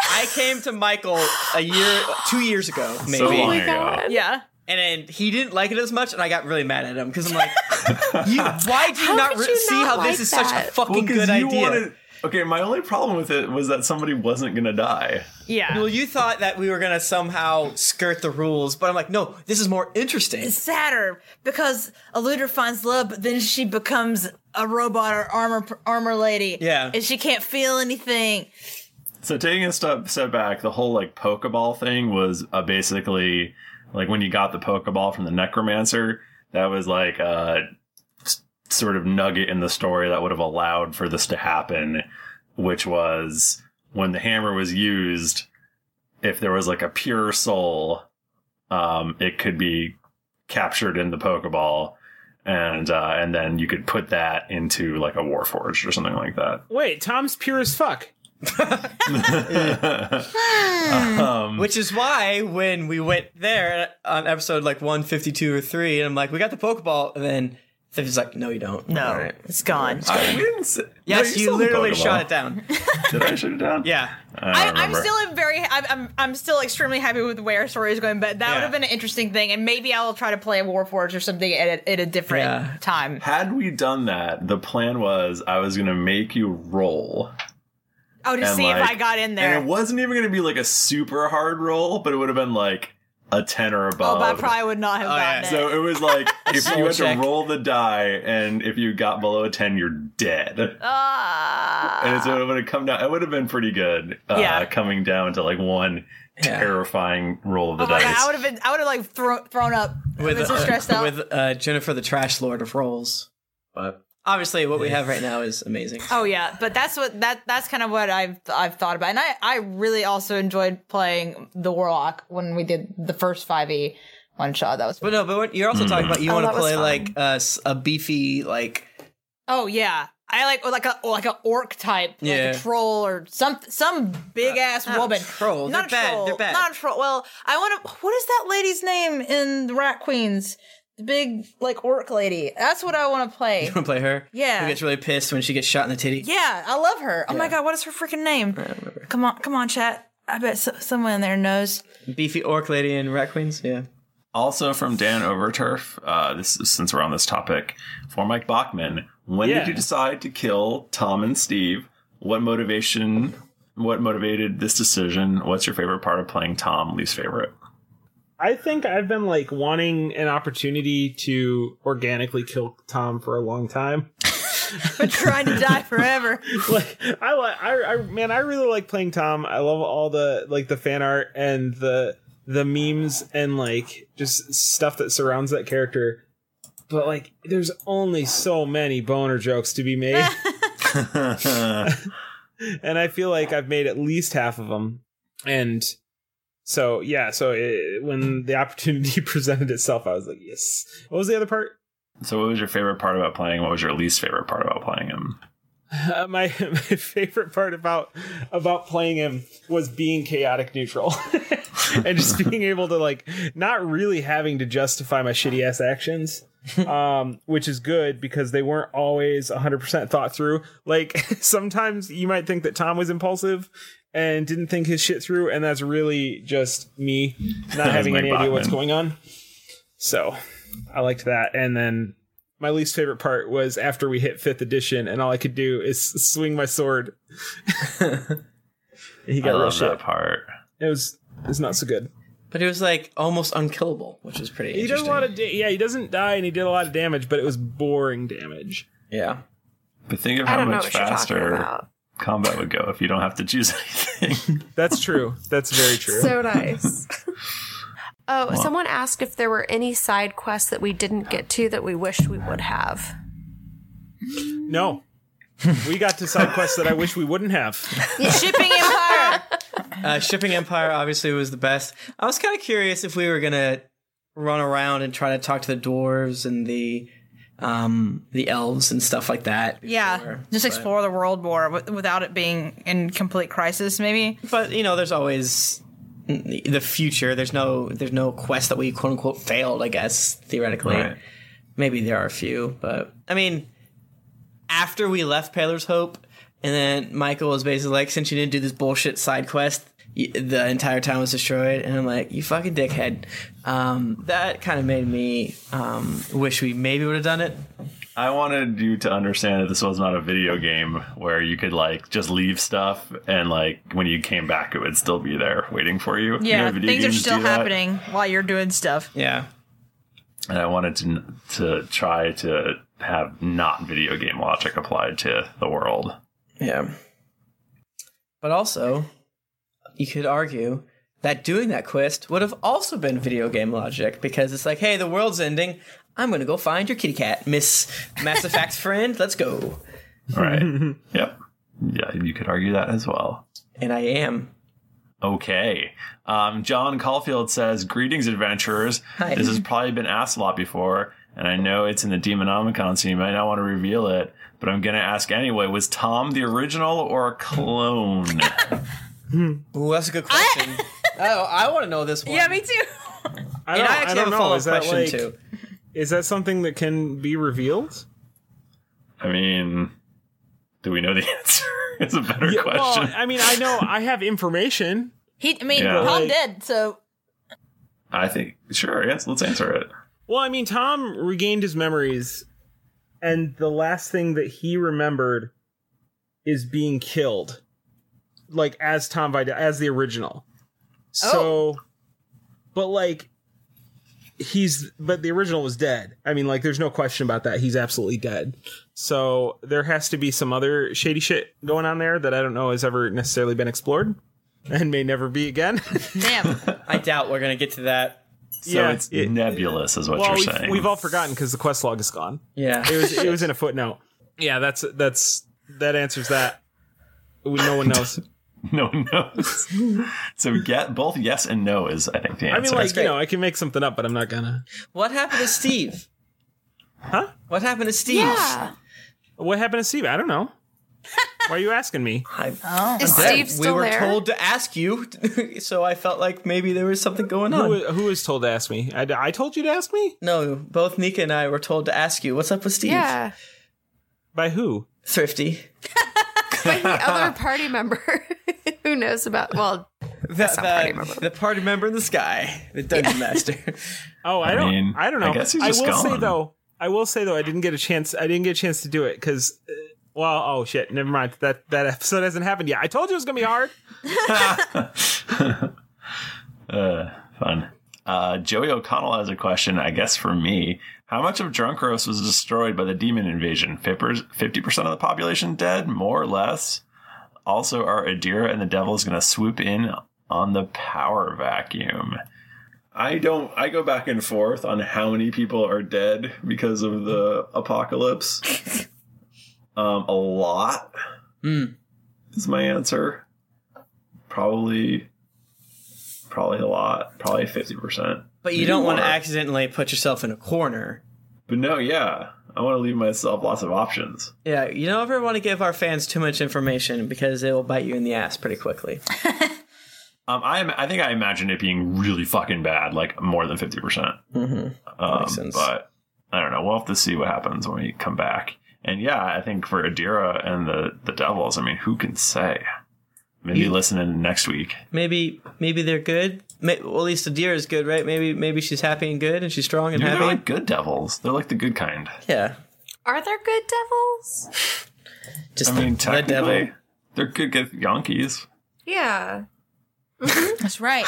Speaker 2: I came to Michael a year, two years ago, maybe.
Speaker 3: long Oh my ago. God. Yeah.
Speaker 2: And then he didn't like it as much, and I got really mad at him because I'm like, you, why do you
Speaker 1: How
Speaker 2: not
Speaker 1: could
Speaker 2: re-
Speaker 1: you
Speaker 2: see
Speaker 1: not
Speaker 2: how
Speaker 1: like
Speaker 2: this is such a
Speaker 1: that?
Speaker 2: fucking
Speaker 1: Well, 'cause
Speaker 2: good
Speaker 1: you
Speaker 2: idea?
Speaker 1: wanted- okay, my only problem with it was that somebody wasn't going to die.
Speaker 3: Yeah.
Speaker 2: Well, you thought that we were gonna somehow skirt the rules, but I'm like, no, this is more interesting.
Speaker 3: It's sadder because Eluder finds love, but then she becomes a robot or armor armor lady.
Speaker 1: Yeah.
Speaker 3: and she can't feel anything.
Speaker 1: So taking a step step back, the whole like Pokeball thing was uh, basically like when you got the Pokeball from the Necromancer, that was like a s- sort of nugget in the story that would have allowed for this to happen, which was when the hammer was used, if there was like a pure soul, um, it could be captured in the Pokeball. And uh, and then you could put that into like a Warforged or something like that.
Speaker 5: Wait, Tom's pure as fuck.
Speaker 3: Um,
Speaker 2: Which is why when we went there on episode like 152 or 3, and I'm like, we got the Pokeball, and then They're just like, no, you don't.
Speaker 3: No, it's gone.
Speaker 1: I didn't say,
Speaker 2: Yes,
Speaker 3: No, you
Speaker 2: you,
Speaker 3: sold
Speaker 2: literally
Speaker 3: Pokeball.
Speaker 2: shot it down.
Speaker 1: Did I shoot it down?
Speaker 2: Yeah.
Speaker 3: I, I'm still in very. I'm, I'm I'm still extremely happy with where our story is going, but that
Speaker 1: Yeah.
Speaker 3: would have been an interesting thing, and maybe I'll try to play Warforged or something at a, at a different
Speaker 1: Yeah.
Speaker 3: time.
Speaker 1: Had we done that, the plan was I was gonna make you roll.
Speaker 3: Oh, to
Speaker 1: and,
Speaker 3: see if
Speaker 1: like-
Speaker 3: I got in there.
Speaker 1: And it wasn't even gonna be like a super hard roll, but it would have been like a ten or
Speaker 3: oh,
Speaker 1: above.
Speaker 3: but I probably would not have gotten it.
Speaker 1: Oh, So it was like if you
Speaker 3: Oh, Soul
Speaker 1: had
Speaker 3: check.
Speaker 1: to roll the die, and if you got below a ten, you're dead.
Speaker 3: Ah.
Speaker 1: and so it would have come down. It would have been pretty good. Uh,
Speaker 3: Yeah.
Speaker 1: coming down to like one terrifying roll of the
Speaker 3: Oh my
Speaker 1: dice.
Speaker 3: god, I would have been. I would have like thrown thrown up. I was so
Speaker 2: uh,
Speaker 3: stressed out.
Speaker 2: with uh, Jennifer, the trash lord of rolls.
Speaker 1: But
Speaker 2: obviously, what we have right now is amazing.
Speaker 3: Oh yeah, but that's what that that's kind of what I've I've thought about, and I I really also enjoyed playing the warlock when we did the first five e one shot. That was
Speaker 2: But no, but what, you're also
Speaker 3: Mm.
Speaker 2: talking about you
Speaker 3: Oh,
Speaker 2: want
Speaker 3: that
Speaker 2: to
Speaker 3: was
Speaker 2: play
Speaker 3: fun.
Speaker 2: like a, s- a beefy like
Speaker 3: oh yeah, I like or like a or like a orc type, like
Speaker 2: Yeah. Uh,
Speaker 3: a troll or some some big ass
Speaker 2: not a
Speaker 3: woman.
Speaker 2: troll.
Speaker 3: not
Speaker 2: They're
Speaker 3: a
Speaker 2: bad.
Speaker 3: troll,
Speaker 2: They're bad.
Speaker 3: not a troll. Well, I want to. What is that lady's name in the Rat Queens? The big like orc lady. That's what I want to play.
Speaker 2: you want to play her.
Speaker 3: Yeah.
Speaker 2: who gets really pissed when she gets shot in the titty.
Speaker 3: Yeah, I love her. Oh my god, what is her freaking name? Come on, come on, chat. I bet so- someone in there knows.
Speaker 2: beefy orc lady and rat queens. Yeah,
Speaker 1: Also from Dan Overturf, uh, this is- since we're on this topic, for Mike Bachman, when
Speaker 2: Yeah.
Speaker 1: did you decide to kill Tom and Steve? What motivation? What motivated this decision? What's your favorite part of playing Tom? Least favorite?
Speaker 5: I think I've been like wanting an opportunity to organically kill Tom for a long time.
Speaker 3: But trying to die forever.
Speaker 5: like I like I, I man, I really like playing Tom. I love all the like the fan art and the the memes and like just stuff that surrounds that character. But like, there's only so many boner jokes to be made. and I feel like I've made at least half of them. And so yeah, so it, when the opportunity presented itself, I was like, yes. What was the other part?
Speaker 1: So, what was your favorite part about playing? What was your least favorite part about playing him?
Speaker 5: Uh, my my favorite part about about playing him was being chaotic neutral and just being able to like not really having to justify my shitty ass actions. Um, which is good because they weren't always 100% thought through. Like sometimes you might think that Tom was impulsive and didn't think his shit through and that's really just me not
Speaker 1: That was
Speaker 5: having
Speaker 1: Mike
Speaker 5: any idea what's
Speaker 1: Bachman.
Speaker 5: going on. So I liked that. And then my least favorite part was after we hit fifth edition, and all I could do is swing my sword. he got
Speaker 1: I
Speaker 5: real
Speaker 1: love
Speaker 5: shit.
Speaker 1: that part.
Speaker 5: It was it's not so good.
Speaker 2: But it was like almost unkillable, which is pretty.
Speaker 5: He did a
Speaker 2: interesting.
Speaker 5: lot of da- yeah. He doesn't die, and he did a lot of damage, but it was boring damage.
Speaker 2: Yeah.
Speaker 1: But think of
Speaker 5: I
Speaker 1: how
Speaker 5: don't know
Speaker 1: much
Speaker 5: what you're talking
Speaker 1: faster
Speaker 5: about.
Speaker 1: combat would go if you don't have to choose anything.
Speaker 5: That's true. That's very true.
Speaker 4: So nice. Oh,
Speaker 1: Wow.
Speaker 4: someone asked if there were any side quests that we didn't get to that we wished we would have.
Speaker 5: No, we got to side quests that I wish we wouldn't have.
Speaker 3: Shipping empire.
Speaker 2: uh, Shipping Empire obviously was the best. I was kind of curious if we were gonna run around and try to talk to the dwarves and the um the elves and stuff like that.
Speaker 3: Yeah,
Speaker 2: but-
Speaker 3: just explore the world more wi- without it being in complete crisis, maybe.
Speaker 2: But you know, there's always the future. There's no there's no quest that we quote unquote failed. I guess theoretically,
Speaker 13: Right.
Speaker 2: maybe there are a few, but I mean, after we left Paler's Hope, and then Michael was basically like, since you didn't do this bullshit side quest. y- The entire town was destroyed, and I'm like, "You fucking dickhead." Um, that kind of made me um, wish we maybe would have done it.
Speaker 1: I wanted you to understand that this was not a video game where you could like just leave stuff and like when you came back it would still be there waiting for you. You know,
Speaker 3: Yeah,
Speaker 1: video
Speaker 3: things are
Speaker 1: games
Speaker 3: still
Speaker 1: do that.
Speaker 3: happening while you're doing stuff.
Speaker 2: Yeah.
Speaker 1: And I wanted to to try to have not video game logic applied to the world.
Speaker 2: Yeah. But also, you could argue that doing that quest would have also been video game logic because it's like, hey, the world's ending. I'm going to go find your kitty cat, Miss Mass Effect friend. Let's go.
Speaker 1: Right. yep. Yeah, you could argue that as well.
Speaker 2: And I am.
Speaker 1: Okay. Um, John Caulfield says, Greetings, adventurers.
Speaker 2: Hi.
Speaker 1: This has probably been asked a lot before, and I know it's in the Demonomicon, so you might not want to reveal it, but I'm going to ask anyway Was Tom the original or a clone?
Speaker 2: Ooh, that's a good question. oh, I want to know this one.
Speaker 3: Yeah, me too.
Speaker 5: I
Speaker 2: And
Speaker 5: don't,
Speaker 2: I
Speaker 5: I
Speaker 2: actually
Speaker 5: don't
Speaker 2: have a
Speaker 5: know.
Speaker 2: follow-up
Speaker 5: Is that
Speaker 2: question,
Speaker 5: like,
Speaker 2: too.
Speaker 5: Is that something that can be revealed?
Speaker 1: I mean, do we know the answer? It's a better question.
Speaker 5: Well, I mean, I know I have information.
Speaker 3: He, I mean,
Speaker 1: Yeah.
Speaker 3: Tom did. So
Speaker 1: I think sure. Yes, let's answer it.
Speaker 5: Well, I mean, Tom regained his memories, and the last thing that he remembered is being killed, like as Tom Vidal, as the original. So, but like, he's but the original was dead. I mean, like, there's no question about that. He's absolutely dead. So there has to be some other shady shit going on there that I don't know has ever necessarily been explored, and may never be again.
Speaker 2: I doubt we're gonna get to that.
Speaker 1: So it's nebulous, is what
Speaker 5: well,
Speaker 1: you're
Speaker 5: we've,
Speaker 1: saying.
Speaker 5: we've all forgotten because the quest log is gone.
Speaker 2: Yeah.
Speaker 5: it was it was in a footnote. Yeah, that's that's that answers that. We- No one knows.
Speaker 1: no one knows. so get both yes and no is I think the answer.
Speaker 5: I mean, like you know, I can make something up, but I'm not gonna.
Speaker 2: What happened to Steve?
Speaker 5: Huh?
Speaker 2: What happened to Steve?
Speaker 5: Yeah. What happened to Steve? I don't know. Why are you asking me?
Speaker 2: Oh,
Speaker 5: Is Steve
Speaker 2: we
Speaker 5: still
Speaker 2: were
Speaker 5: there?
Speaker 2: told to ask you, so I felt like maybe there was something going on.
Speaker 5: Who, who was told to ask me? I, I told you to ask me.
Speaker 2: No, both Nika and I were told to ask you. What's up with Steve?
Speaker 4: Yeah.
Speaker 5: By who?
Speaker 2: Thrifty.
Speaker 4: But the other party member who knows about well,
Speaker 2: That, that- the party member in the sky, the dungeon master.
Speaker 5: Oh, I, don't. I don't know.
Speaker 2: I guess he's
Speaker 5: I
Speaker 2: just
Speaker 5: will say
Speaker 2: gone.
Speaker 5: though. I will say though. I didn't get a chance. I didn't get a chance to do it because. Uh, well, oh shit. Never mind. That that episode hasn't happened yet. I told you it was gonna be hard.
Speaker 1: Uh, fun. Uh, Joey O'Connell has a question, I guess, for me. How much of Drunkros was destroyed by the demon invasion? Fifty percent of the population dead, more or less. Also, are Adira and the Devil is going to swoop in on the power vacuum? I don't. I go back and forth on how many people are dead because of the apocalypse. um, a lot
Speaker 2: Hmm.
Speaker 1: is my answer. Probably, probably a lot. Probably fifty percent.
Speaker 2: But you don't want to accidentally put yourself in a corner.
Speaker 1: But no, yeah, I want to leave myself lots of options.
Speaker 2: Yeah, you don't ever want to give our fans too much information because it will bite you in the ass pretty quickly.
Speaker 1: Um, I im- I think I imagined it being really fucking bad, like more than fifty percent.
Speaker 2: Mm-hmm.
Speaker 1: Um, But I don't know. We'll have to see what happens when we come back. And yeah, I think for Adira and the the Devils, I mean, who can say? Maybe
Speaker 2: You-
Speaker 1: listen in next week.
Speaker 2: Maybe, maybe they're good. May, well, at least the deer is good, right? Maybe, maybe she's happy and good, and she's strong and
Speaker 1: Maybe
Speaker 2: happy.
Speaker 1: they're like good devils. They're like the good kind.
Speaker 2: Yeah,
Speaker 4: are there good devils?
Speaker 2: Just
Speaker 1: I
Speaker 2: the-
Speaker 1: mean,
Speaker 2: the
Speaker 1: technically,
Speaker 2: devil.
Speaker 1: they're good, good Yankees.
Speaker 4: Yeah. Mm-hmm.
Speaker 3: that's right.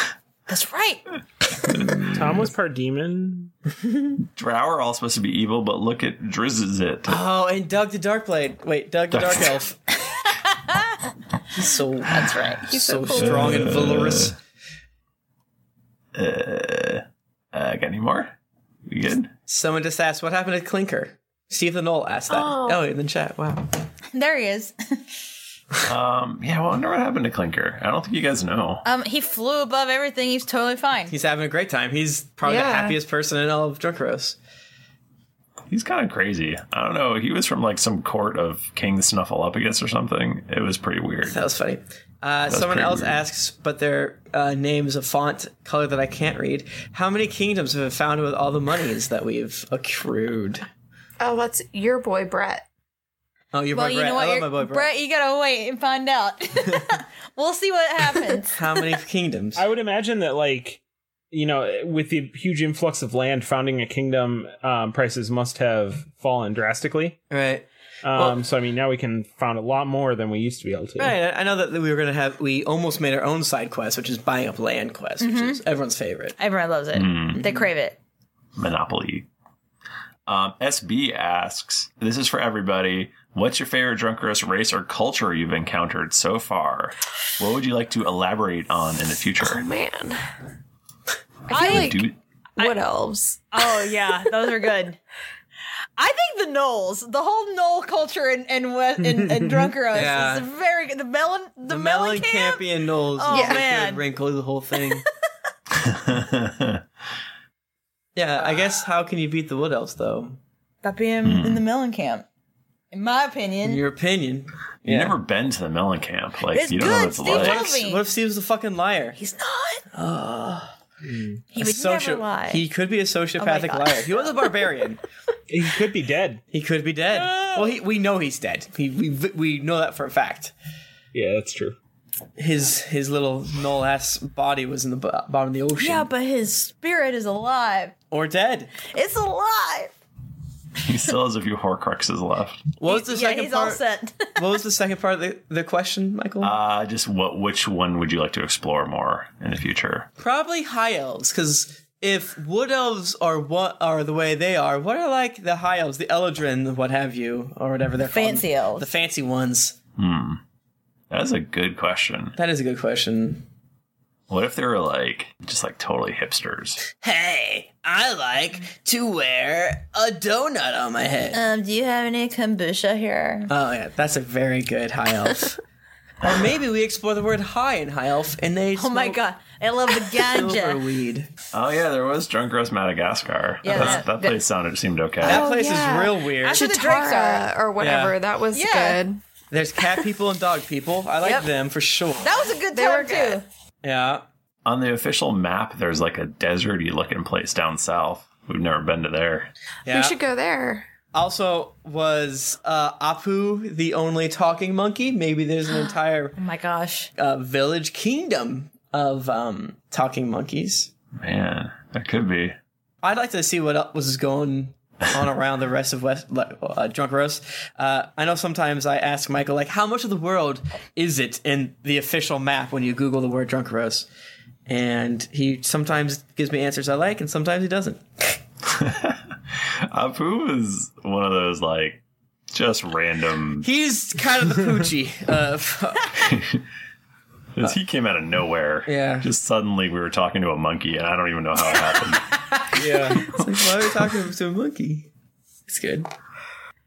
Speaker 3: That's right.
Speaker 5: Tom was part demon.
Speaker 1: Drow are all supposed to be evil, but look at Drizzit.
Speaker 2: Oh, and Doug the Darkblade. Wait, Doug the
Speaker 1: Doug-
Speaker 2: Dark Elf. He's so that's right. He's
Speaker 1: so
Speaker 2: so,
Speaker 1: cool.
Speaker 2: strong and valorous.
Speaker 1: Uh, uh, got any more? We good?
Speaker 2: Someone just asked, "What happened to Clinker?" Steve the Knoll asked that.
Speaker 3: Oh.
Speaker 2: Oh, in the chat. Wow.
Speaker 3: There he is.
Speaker 1: Um, yeah, well, I wonder what happened to Clinker. I don't think you guys know.
Speaker 3: Um, he flew above everything. He's totally fine.
Speaker 2: He's having a great time. He's probably the
Speaker 3: Yeah.
Speaker 2: happiest person in all of Drunkeros.
Speaker 1: He's kind of crazy. I don't know. He was from like some court of King Snuffleupagus or something. It was pretty weird. That
Speaker 2: was funny. Uh,
Speaker 1: That's
Speaker 2: someone
Speaker 1: pretty
Speaker 2: else
Speaker 1: weird.
Speaker 2: asks, but their uh, name's a font color that I can't read. How many kingdoms have we found with all the monies that we've accrued?
Speaker 4: Oh, that's your boy Brett.
Speaker 2: Oh, you're
Speaker 3: well,
Speaker 2: boy
Speaker 3: you
Speaker 2: Brett.
Speaker 3: know
Speaker 2: I
Speaker 3: what?
Speaker 2: love
Speaker 3: you're-
Speaker 2: my boy
Speaker 3: Brett.
Speaker 2: Brett.
Speaker 3: you gotta wait and find out. we'll see what happens.
Speaker 2: How many kingdoms?
Speaker 5: I would imagine that, like, you know, with the huge influx of land, founding a kingdom um, prices must have fallen drastically.
Speaker 2: Right.
Speaker 5: Um,
Speaker 2: Well-
Speaker 5: so, I mean, now we can found a lot more than we used to be able to.
Speaker 2: Right, I I know that we were gonna have. We almost made our own side quest, which is buying up land quest, which
Speaker 3: Mhm.
Speaker 2: is everyone's favorite.
Speaker 3: Everyone loves it.
Speaker 2: Hmm.
Speaker 1: Mm.
Speaker 3: They crave it.
Speaker 1: Monopoly. Um, SB asks, this is for everybody. What's your favorite Drunkarus race or culture you've encountered so far? What would you like to elaborate on in the future? Oh,
Speaker 4: man.
Speaker 3: I like
Speaker 1: Do,
Speaker 4: What elves?
Speaker 3: Oh yeah, those are good. I think the Knolls, the whole Knoll culture in in West, in, in Drunkeros
Speaker 2: Yeah.
Speaker 3: is very good. The melon, the,
Speaker 2: The
Speaker 3: melon,
Speaker 2: Melon Campion Knowles.
Speaker 3: Oh,
Speaker 2: yeah.
Speaker 3: man.
Speaker 2: Wrinkle the whole thing. yeah, I guess how can you beat the Wood Elves, though?
Speaker 3: by being in the melon camp. In my opinion,
Speaker 2: In Hmm. your opinion.
Speaker 1: You've never been to the Melon Camp. Like,
Speaker 3: It's
Speaker 1: you don't know what it's
Speaker 2: What
Speaker 1: like.
Speaker 2: if, what if Steve's a fucking liar?
Speaker 3: He's not.
Speaker 2: Oh.
Speaker 3: He
Speaker 2: A
Speaker 3: would
Speaker 2: socio-
Speaker 3: never lie.
Speaker 2: He could be a sociopathic
Speaker 3: Oh God.
Speaker 2: liar. He was a barbarian. he could be dead. He could be dead. Well, he, we know he's dead. He, we we know that for a fact.
Speaker 5: Yeah, that's true.
Speaker 2: His his little null ass body was in the bo- bottom of the ocean
Speaker 3: Yeah, but his spirit is alive.
Speaker 2: or dead.
Speaker 3: It's alive.
Speaker 1: He still has a few Horcruxes left.
Speaker 2: What was the
Speaker 3: yeah,
Speaker 2: second
Speaker 3: he's
Speaker 2: part?
Speaker 3: all set.
Speaker 2: what was the second part of the, the question, Michael?
Speaker 1: Uh, just what? Which one would you like to explore more in the future?
Speaker 2: Probably high elves, because if wood elves are what are the way they are, what are like the high elves, the Eldrin, what have you, or whatever they're
Speaker 3: fancy
Speaker 2: called, elves, the fancy ones.
Speaker 1: Hmm. That is a good question.
Speaker 2: That is a good question.
Speaker 1: What if they were like just like totally hipsters?
Speaker 2: Hey, I like to wear a donut on my head.
Speaker 3: Um, do you have any kombucha here?
Speaker 2: Oh yeah, that's a very good high elf. or maybe we explore the word high in high elf, and they. Oh
Speaker 3: my god, I love the ganja.
Speaker 2: weed.
Speaker 1: Oh yeah, there was Drunk Roast Madagascar.
Speaker 3: Yeah, Oh,
Speaker 1: That's- that,
Speaker 3: that-
Speaker 1: place sounded seemed okay.
Speaker 2: That place is real weird.
Speaker 4: Chitara or whatever.
Speaker 2: Yeah.
Speaker 4: That was
Speaker 3: Yeah.
Speaker 4: good.
Speaker 2: There's cat people and dog people. I like
Speaker 4: Yep.
Speaker 2: them for sure.
Speaker 3: That was a good time too.
Speaker 2: Yeah.
Speaker 1: On the official map, there's like a deserty looking place down south. We've never been to there.
Speaker 2: Yeah.
Speaker 4: go there.
Speaker 2: Also, was uh, Apu the only talking monkey? Maybe there's an entire oh
Speaker 3: my gosh
Speaker 2: uh, village kingdom of um, talking monkeys.
Speaker 1: Man, that could be.
Speaker 2: I'd like to see what else was going on around the rest of West uh, Drunk Roast. Uh, I know sometimes I ask Michael, like, how much of the world is it in the official map when you Google the word Drunk Roast? And he sometimes gives me answers I like, and sometimes he doesn't.
Speaker 1: Apu is one of those like just random.
Speaker 2: He's kind of the poochie of
Speaker 1: he came out of nowhere.
Speaker 2: Yeah.
Speaker 1: Just suddenly we were talking to a monkey, and I don't even know how it happened.
Speaker 2: yeah. It's like, why are we talking to a monkey? It's good.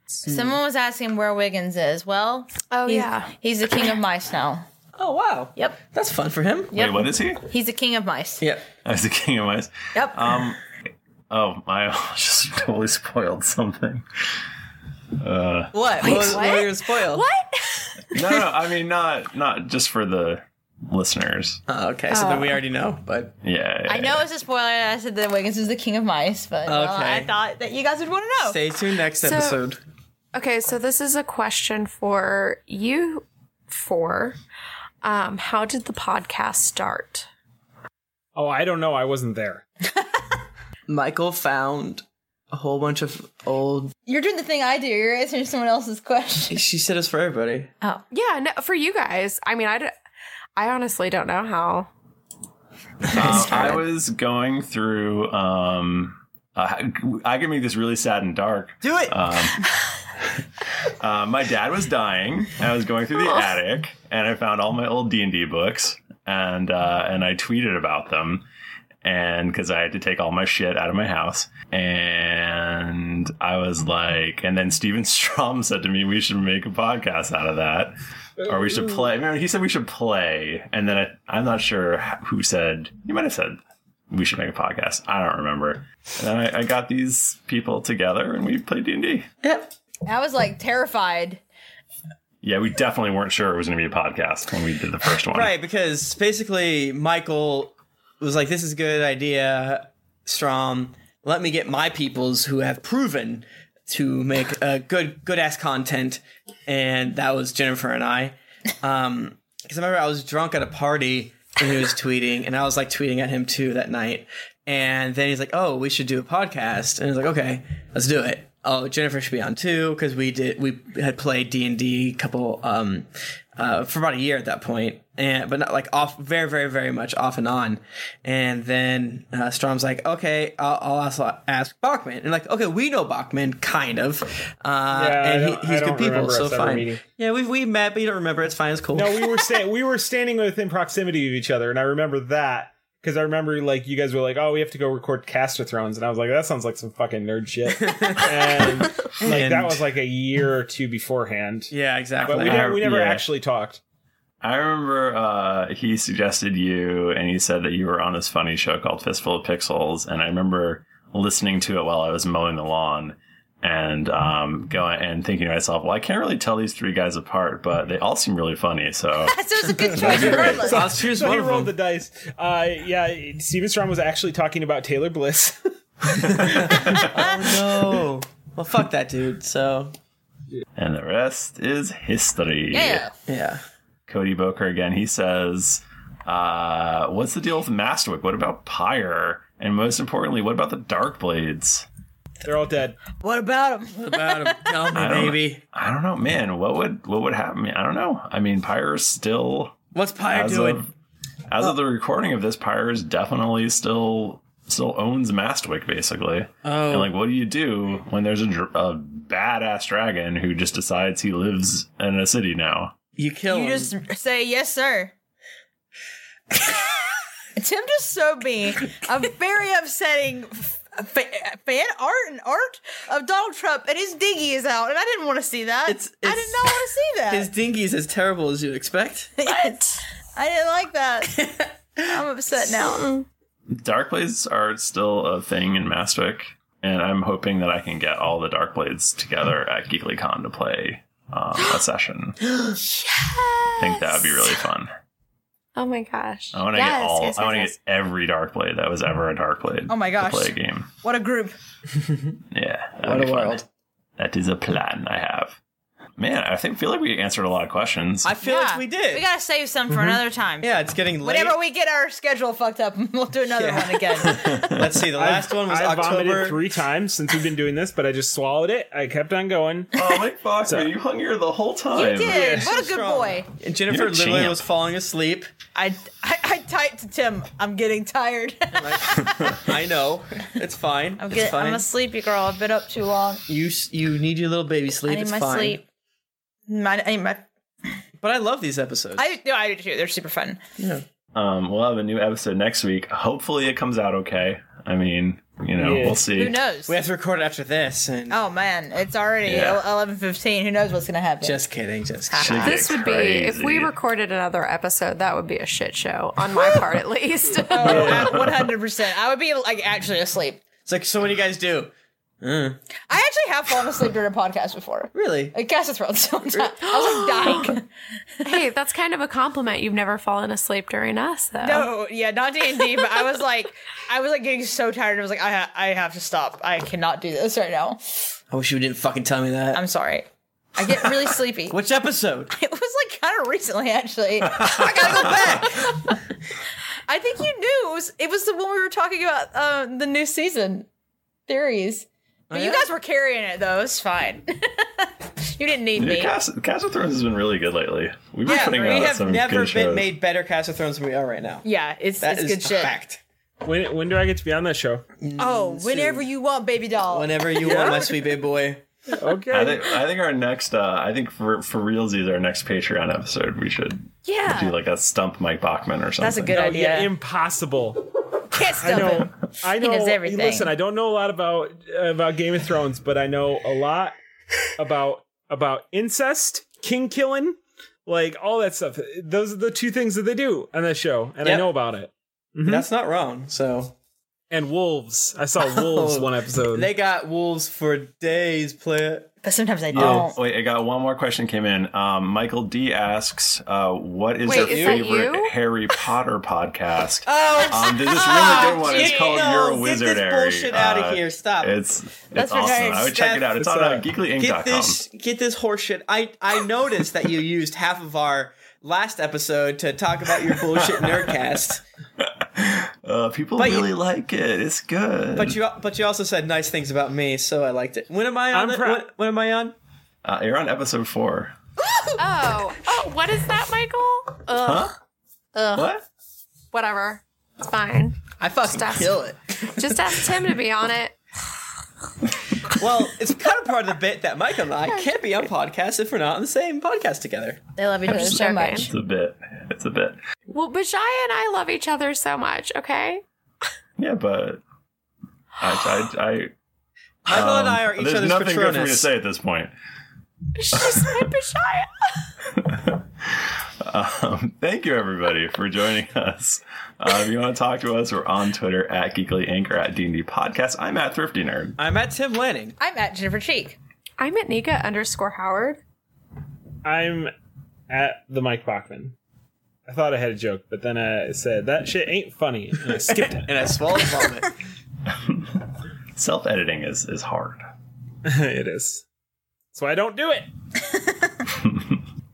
Speaker 3: Someone was asking where Wiggins is. Well, oh
Speaker 4: yeah.
Speaker 3: he's the king of mice now.
Speaker 2: Oh wow.
Speaker 3: Yep.
Speaker 2: That's fun for him.
Speaker 1: Wait, what is he?
Speaker 3: He's the king of mice.
Speaker 2: Yep.
Speaker 1: I was the king of mice.
Speaker 3: Yep.
Speaker 1: Um. Oh, I just totally spoiled something. Uh,
Speaker 2: What?
Speaker 3: Wait,
Speaker 2: what was
Speaker 3: what?
Speaker 2: what? your spoil?
Speaker 3: What?
Speaker 1: no, no, I mean not not just for the listeners.
Speaker 2: Oh, okay, so then we already know, but
Speaker 1: yeah,
Speaker 3: Oh. I know it's a spoiler. that I said that Wiggins is the king of mice, but well,
Speaker 2: Okay.
Speaker 3: I thought that you guys would want to know.
Speaker 2: Stay tuned next
Speaker 4: So-
Speaker 2: episode.
Speaker 4: Okay, so this is a question for you four. Um, how did the podcast start?
Speaker 5: Oh, I don't know. I wasn't there.
Speaker 2: Michael found a whole bunch of old.
Speaker 3: You're doing the thing I do. You're answering someone else's question.
Speaker 2: She said it's for everybody.
Speaker 3: Oh.
Speaker 4: Yeah, no, for you guys. I mean, I, d- I honestly don't know how.
Speaker 1: Uh, I was going through. Um, uh, I can make this really sad and dark.
Speaker 2: Do it.
Speaker 1: Um, uh, my dad was dying. And I was going through the attic, and I found all my old D and D books, and uh, and I tweeted about them, and because I had to take all my shit out of my house, and I was like, and then Steven Strom said to me, "We should make a podcast out of that." Or we should play. Remember, he said we should play, and then I, I'm not sure who said. You might have said we should make a podcast. I don't remember. And then I, I got these people together, and we played D and D.
Speaker 3: I was like terrified.
Speaker 1: Yeah, we definitely weren't sure it was going to be a podcast when we did the first one.
Speaker 2: Right, because basically Michael was like, "This is a good idea, Strom. Let me get my peoples who have proven to make a good good ass content." And that was Jennifer and I. Um, because I remember I was drunk at a party and he was tweeting, and I was like tweeting at him too that night. And then he's like, "Oh, we should do a podcast," and I was like, "Okay, let's do it." Oh, Jennifer should be on too because we did we had played D and D couple um uh, for about a year at that point, and but not like off very very very much off and on. And then uh, Strom's like, "Okay, I'll, I'll also ask Bachman," and like, "Okay, we know Bachman kind of, uh,
Speaker 5: Yeah, I
Speaker 2: and
Speaker 5: don't-
Speaker 2: he,
Speaker 5: I
Speaker 2: he's
Speaker 5: don't
Speaker 2: good people,
Speaker 5: remember
Speaker 2: so
Speaker 5: us ever
Speaker 2: fine."
Speaker 5: meeting.
Speaker 2: Yeah, we we met, but you don't remember. It's fine. It's cool.
Speaker 5: No, we were sta- we were standing within proximity of each other, and I remember that because I remember like you guys were like, "Oh, we have to go record Caster Thrones," and I was like, "That sounds like some fucking nerd shit." and like that
Speaker 1: And-
Speaker 5: was like a year or two beforehand.
Speaker 2: Yeah, exactly.
Speaker 5: But we never, we never
Speaker 1: Yeah.
Speaker 5: actually talked.
Speaker 1: I remember uh, he suggested you, and he said that you were on this funny show called Fistful of Pixels, and I remember listening to it while I was mowing the lawn. and um, going and thinking to myself, well, I can't really tell these three guys apart, but they all seem really funny. So
Speaker 3: it's a good
Speaker 1: choice regardless.
Speaker 5: So-
Speaker 1: I'll choose
Speaker 5: so he
Speaker 1: one of
Speaker 5: rolled the dice. Uh, yeah, Steven Strom was actually talking about Taylor Bliss.
Speaker 2: oh no. Well, fuck that dude. So.
Speaker 1: and the rest is history.
Speaker 2: Yeah.
Speaker 1: Cody Boker again. He says, uh, "What's the deal with Mastwick? What about Pyre? And most importantly, what about the Dark Blades?"
Speaker 5: They're all dead.
Speaker 3: What about him? What
Speaker 2: about him? Tell
Speaker 1: I don't- I don't know, man. What would what would happen? I don't know. I mean, Pyre's still.
Speaker 2: What's Pyre
Speaker 1: as
Speaker 2: doing?
Speaker 1: Of, as of the recording of this, Pyre is definitely still still owns Mastwick, basically.
Speaker 2: Oh.
Speaker 1: And like, what do you do when there's a, dr- a badass dragon who just decides he lives in a city now?
Speaker 2: You kill
Speaker 3: You just say yes, sir. Tim just so me a very upsetting f- fa- fan art and art of Donald Trump, and his dinghy is out, and I didn't want to see that. I did not want to see that.
Speaker 2: His dinghy's as terrible as you'd expect.
Speaker 3: What? I didn't like that. I'm upset now.
Speaker 1: Dark blades are still a thing in Mastwick, and I'm hoping that I can get all the dark blades together at GeeklyCon to play um, a session. I think that would be really fun.
Speaker 4: Oh my gosh.
Speaker 1: I want to get all. I want to get every dark blade that was ever a dark blade.
Speaker 3: Oh my gosh.
Speaker 1: To play a game.
Speaker 3: What a group.
Speaker 1: Yeah. that'd
Speaker 2: What
Speaker 1: be
Speaker 2: a
Speaker 1: fun.
Speaker 2: world.
Speaker 1: That is a plan I have. Man, I think feel like we answered a lot of questions.
Speaker 2: I feel like we did.
Speaker 3: We Mm-hmm. gotta save some for
Speaker 1: Mhm.
Speaker 3: another time.
Speaker 2: Yeah, it's getting late.
Speaker 3: Whenever we get our schedule fucked up, we'll do another
Speaker 2: Yeah.
Speaker 3: one again.
Speaker 2: Let's see. The last one was
Speaker 5: I
Speaker 2: October.
Speaker 5: vomited three times since we've been doing this, but I just swallowed it. I kept on going.
Speaker 1: Oh, Mike Fox, you hung here the whole
Speaker 3: You did. What a good boy.
Speaker 2: And Jennifer
Speaker 5: You're a
Speaker 2: literally
Speaker 5: champ.
Speaker 2: was falling asleep.
Speaker 3: I, I, I typed to Tim, I'm getting tired.
Speaker 2: I know. It's fine.
Speaker 3: I'm,
Speaker 2: it's
Speaker 3: get,
Speaker 2: fine.
Speaker 3: I'm a sleepy girl. I've been up too long.
Speaker 2: you s- you need your little baby sleep.
Speaker 3: I need
Speaker 2: it's
Speaker 3: my
Speaker 2: fine.
Speaker 3: sleep. My, I need my,
Speaker 2: But I love these episodes.
Speaker 3: I, no, I do too. They're super fun.
Speaker 2: Yeah.
Speaker 1: Um, we'll have a new episode next week. Hopefully, it comes out okay. I mean, you know, we'll see.
Speaker 3: Who knows?
Speaker 2: We have to record it after this. And
Speaker 3: Oh man, it's already
Speaker 1: Yeah.
Speaker 3: eleven fifteen. Who knows what's gonna happen?
Speaker 2: just kidding. Just
Speaker 1: Should
Speaker 2: kidding.
Speaker 1: get This would
Speaker 4: be if we
Speaker 1: crazy.
Speaker 4: recorded another episode, that would be a shit show on my part, at least.
Speaker 3: Oh, One hundred percent. I would be like actually asleep.
Speaker 2: It's like so. What do you guys do? Uh,
Speaker 3: I actually have fallen asleep during a podcast before.
Speaker 2: Really?
Speaker 3: Like Cast of Thrones. sometimes. I was like dying.
Speaker 4: hey, that's kind of a compliment. You've never fallen asleep during us, though.
Speaker 2: Um,
Speaker 3: No, yeah, not D and D, but I was like, I was like getting so tired. I was like, I, ha- I have to stop. I cannot do this right now.
Speaker 2: I wish you didn't fucking tell me that. I'm
Speaker 3: sorry. I get really sleepy.
Speaker 2: Which episode?
Speaker 3: It was like kind of recently, actually. I gotta go back. I think you knew it was. It was the one we were talking about uh, the new season theories. But
Speaker 1: Oh,
Speaker 3: you
Speaker 1: yeah?
Speaker 3: guys were carrying it though. It's fine. you didn't need
Speaker 1: Dude,
Speaker 3: me.
Speaker 1: Cast, Cast of Thrones has been really good lately. We've been
Speaker 2: Yeah,
Speaker 1: putting
Speaker 2: we
Speaker 1: out
Speaker 2: have
Speaker 1: some
Speaker 2: never been
Speaker 1: good shows.
Speaker 2: made better Cast of Thrones than we are right now.
Speaker 3: yeah, it's
Speaker 2: That
Speaker 3: it's
Speaker 2: is
Speaker 3: good
Speaker 2: a
Speaker 3: shit.
Speaker 2: fact.
Speaker 5: When when do I get to be on that show?
Speaker 3: Oh, whenever you want, baby doll.
Speaker 2: Whenever you want, my sweet baby boy.
Speaker 5: Okay.
Speaker 1: I think I think our next uh, I think for for realsies our next Patreon episode we should
Speaker 3: Yeah.
Speaker 1: do like a stump Mike Bachman or something.
Speaker 5: No, Yeah, impossible.
Speaker 3: Can't
Speaker 5: I know. I know.
Speaker 3: knows everything.
Speaker 5: Listen, I don't know a lot about uh, about Game of Thrones, but I know a lot about about incest, king killing, like all that stuff. Those are the two things that they do on that show, and I
Speaker 2: Yep.
Speaker 5: know about it. Mm-hmm.
Speaker 2: That's not wrong. So.
Speaker 5: And wolves. I saw wolves one episode.
Speaker 2: They got wolves for days. Play it.
Speaker 3: But sometimes I
Speaker 1: Oh, wait, I got one more question came in. Um, Michael D asks, uh, "What is
Speaker 2: Wait,
Speaker 1: your
Speaker 2: is that
Speaker 1: favorite
Speaker 2: you?
Speaker 1: Harry Potter podcast?"
Speaker 2: Oh,
Speaker 1: um, there's this
Speaker 2: stop.
Speaker 1: really good one. It's
Speaker 2: Gee,
Speaker 1: called
Speaker 2: no,
Speaker 1: "You're a
Speaker 2: get
Speaker 1: Wizard."
Speaker 2: this
Speaker 1: Harry. Uh,
Speaker 2: bullshit outta here. Stop.
Speaker 1: It's it's
Speaker 2: That's
Speaker 1: awesome.
Speaker 2: ridiculous.
Speaker 1: I would check it out. It's on uh,
Speaker 2: Get
Speaker 1: geeklyinc.com.
Speaker 2: this, get this horseshit. I I noticed that you used half of our last episode to talk about your bullshit nerdcast.
Speaker 1: Uh, people
Speaker 2: But you-
Speaker 1: really like it. It's good.
Speaker 2: But you but you also said nice things about me, so I liked it. When am I on?
Speaker 1: I'm
Speaker 2: it?
Speaker 1: proud-
Speaker 2: when, when am I on?
Speaker 1: uh, you're on episode four.
Speaker 4: Oh, oh, what is that, Michael? Ugh.
Speaker 1: Huh?
Speaker 4: Ugh.
Speaker 1: What?
Speaker 4: Whatever. It's fine.
Speaker 2: I fucking kill it.
Speaker 4: Just ask Tim to be on it.
Speaker 2: Well, it's kind of part of the bit that Mike and I can't be on podcasts if we're not on the same podcast together.
Speaker 3: They love each
Speaker 4: other so joking. much.
Speaker 1: It's a bit. It's a bit.
Speaker 4: Well, Bajaya and I love each other so much, okay?
Speaker 1: Yeah, but I, I, I
Speaker 2: Michael and I are each
Speaker 1: there's
Speaker 2: other's
Speaker 1: nothing good for me to
Speaker 2: Patronus.
Speaker 1: say at this point.
Speaker 4: She's my Bajaya.
Speaker 1: Um, thank you, everybody, for joining us. Uh, if you want to talk to us, we're on Twitter at Geekly Inc. or at D&D Podcast. I'm at Thrifty Nerd.
Speaker 2: I'm at Tim Lanning.
Speaker 3: I'm at Jennifer Cheek.
Speaker 4: I'm at Nika underscore Howard.
Speaker 5: I'm at the Mike Bachman. I thought I had a joke, but then I said that shit ain't funny, and I skipped it.
Speaker 2: and I swallowed vomit.
Speaker 1: Self editing is, is hard.
Speaker 5: it is. So I don't do it.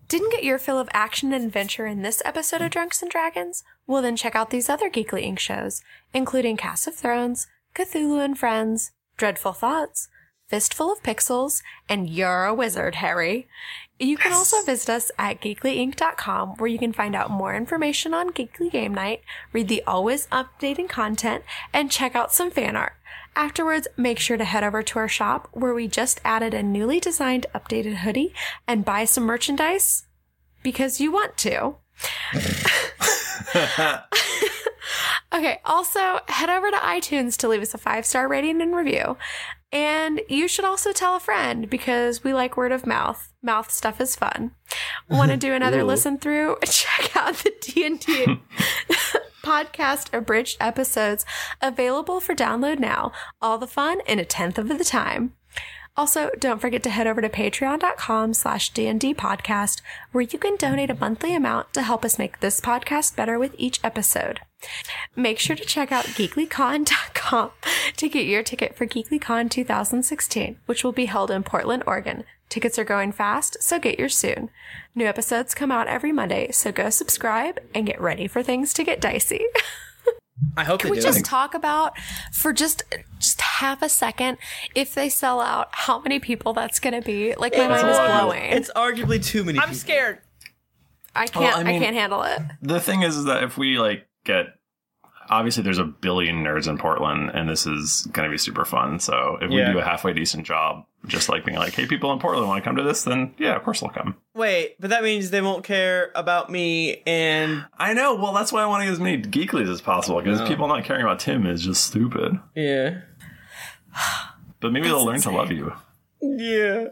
Speaker 4: Didn't get your fill of action and adventure in this episode of Drunks and Dragons? Well, then check out these other Geekly Inc. shows, including Cast of Thrones, Cthulhu and Friends, Dreadful Thoughts, Fistful of Pixels, and You're a Wizard, Harry. You can also visit us at geeklyinc.com where you can find out more information on Geekly Game Night, read the always updating content, and check out some fan art. Afterwards, make sure to head over to our shop where we just added a newly designed updated hoodie and buy some merchandise because you want to. Okay, also head over to iTunes to leave us a five star rating and review. And you should also tell a friend because we like word of mouth. Mouth stuff is fun. Want to do another
Speaker 10: Ooh.
Speaker 4: listen through? Check out the D&D podcast abridged episodes available for download now. All the fun in a tenth of the time. Also, don't forget to head over to patreon.com slash D&D podcast, where you can donate a monthly amount to help us make this podcast better with each episode. Make sure to check out geeklycon.com to get your ticket for GeeklyCon 2016, which will be held in Portland, Oregon. Tickets are going fast, so get yours soon. New episodes come out every Monday, so go subscribe and get ready for things to get dicey.
Speaker 2: I hope
Speaker 4: Can
Speaker 2: they
Speaker 4: we
Speaker 2: do.
Speaker 4: just talk about for just just half a second if they sell out, how many people that's going to be? Like my mind is blowing.
Speaker 2: It's arguably too many.
Speaker 4: I'm
Speaker 3: scared.
Speaker 4: I can't.
Speaker 1: Well, I
Speaker 4: I,
Speaker 1: mean-
Speaker 4: can't handle it.
Speaker 1: The thing is, is that if we like get obviously there's a billion nerds in Portland, and this is going to be super fun. So if
Speaker 2: Yeah.
Speaker 1: we do a halfway decent job, just like being like, hey, people in Portland want to come to this, then yeah, of course they'll come.
Speaker 2: Wait, but that means they won't care about me and
Speaker 1: I know. Well, that's why I want to get as many geeklies as possible because
Speaker 2: No.
Speaker 1: people not caring about Tim is just stupid.
Speaker 2: Yeah.
Speaker 1: But maybe
Speaker 4: That's
Speaker 1: they'll learn
Speaker 4: insane.
Speaker 1: to love you.
Speaker 2: Yeah.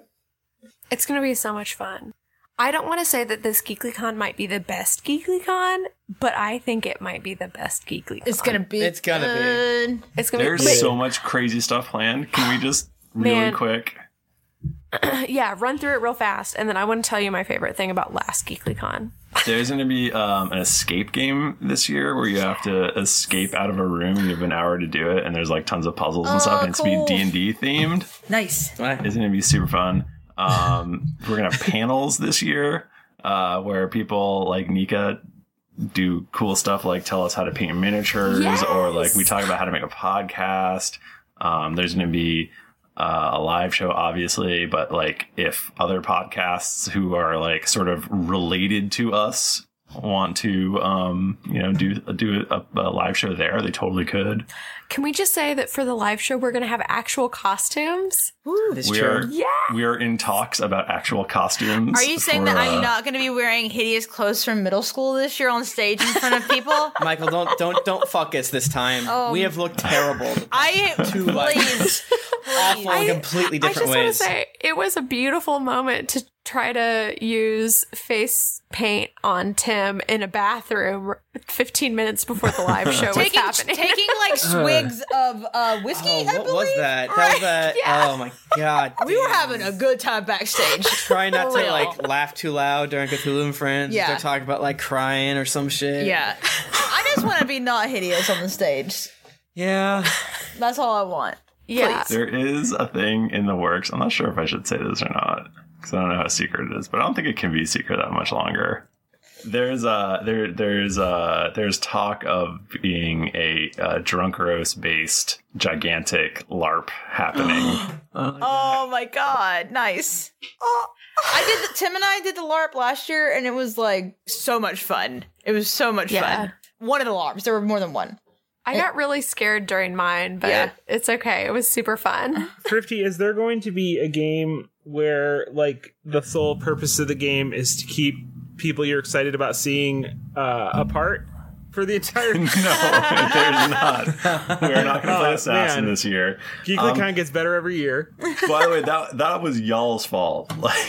Speaker 4: It's going to be so much fun. I don't want to say that this GeeklyCon might be the best GeeklyCon, but I think it might be the best GeeklyCon. It's going to be.
Speaker 2: It's gonna be.
Speaker 4: be. It's going to be.
Speaker 1: There's so much crazy stuff planned. Can we just really
Speaker 4: Man.
Speaker 1: quick?
Speaker 4: yeah, run through it real fast, and then I want to tell you my favorite thing about last GeeklyCon.
Speaker 1: There's going to be um, an escape game this year where you have to escape out of a room. You have an hour to do it, and there's like tons of puzzles and stuff,
Speaker 3: Oh,
Speaker 1: and it's going
Speaker 3: cool.
Speaker 1: to be D and D themed.
Speaker 3: Nice.
Speaker 1: It's going to be super fun. Um, we're going to have panels this year uh, where people like Nika do cool stuff like tell us how to paint miniatures or like we talk about how to make a podcast. Um, there's going to be uh, a live show, obviously, but like if other podcasts who are like sort of related to us want to, um, you know, do do a, a live show there, they totally could.
Speaker 4: Can we just say that for the live show, we're going to have actual costumes?
Speaker 1: we are we are in talks about actual costumes.
Speaker 3: Are you saying
Speaker 1: for,
Speaker 3: that I'm
Speaker 1: uh,
Speaker 3: not going to be wearing hideous clothes from middle school this year on stage in front of people?
Speaker 2: Michael, don't don't don't fuck us this time.
Speaker 4: Oh.
Speaker 3: Um,
Speaker 2: we have looked terrible.
Speaker 3: I
Speaker 2: Two like awful in completely
Speaker 4: I just
Speaker 2: different
Speaker 4: want to
Speaker 2: ways.
Speaker 4: say it was a beautiful moment to try to use face paint on Tim in a bathroom 15 minutes before the live show was
Speaker 3: taking,
Speaker 4: happening.
Speaker 3: taking like swigs of uh, whiskey. I
Speaker 2: what was
Speaker 3: believe?
Speaker 2: that? That
Speaker 3: Right,
Speaker 2: was that.
Speaker 3: yeah.
Speaker 2: Oh my god.
Speaker 3: We were having a good time backstage.
Speaker 2: Try not
Speaker 3: For
Speaker 2: to
Speaker 3: real.
Speaker 2: like laugh too loud during Cthulhu and Friends.
Speaker 3: Yeah.
Speaker 2: They're talking about like crying or some shit.
Speaker 3: Yeah, I just want to be not hideous on the stage.
Speaker 2: Yeah.
Speaker 3: That's all I want.
Speaker 4: Yeah.
Speaker 3: Uh,
Speaker 1: There is a thing in the works. I'm not sure if I should say this or not because I don't know how secret it is, but I don't think it can be secret that much longer. There's uh there there's uh there's talk of being a uh, drunk roast based gigantic LARP happening.
Speaker 3: Oh my god, nice. Oh. I did the, Tim and I did the LARP last year and it was like so much fun. It was so much
Speaker 4: Yeah.
Speaker 3: fun. One of the LARPs, there were more than one.
Speaker 4: I got really scared during mine, but
Speaker 5: Yeah.
Speaker 4: it's okay. It was super fun.
Speaker 5: Thrifty, is there going to be a game where like the sole purpose of the game is to keep people you're excited about seeing uh, apart for the entire. no,
Speaker 1: there's not. We're not going to
Speaker 5: Oh,
Speaker 1: play assassin this year.
Speaker 5: GeeklyCon
Speaker 1: Um,
Speaker 5: gets better every year.
Speaker 1: By the way, that that was y'all's fault. Like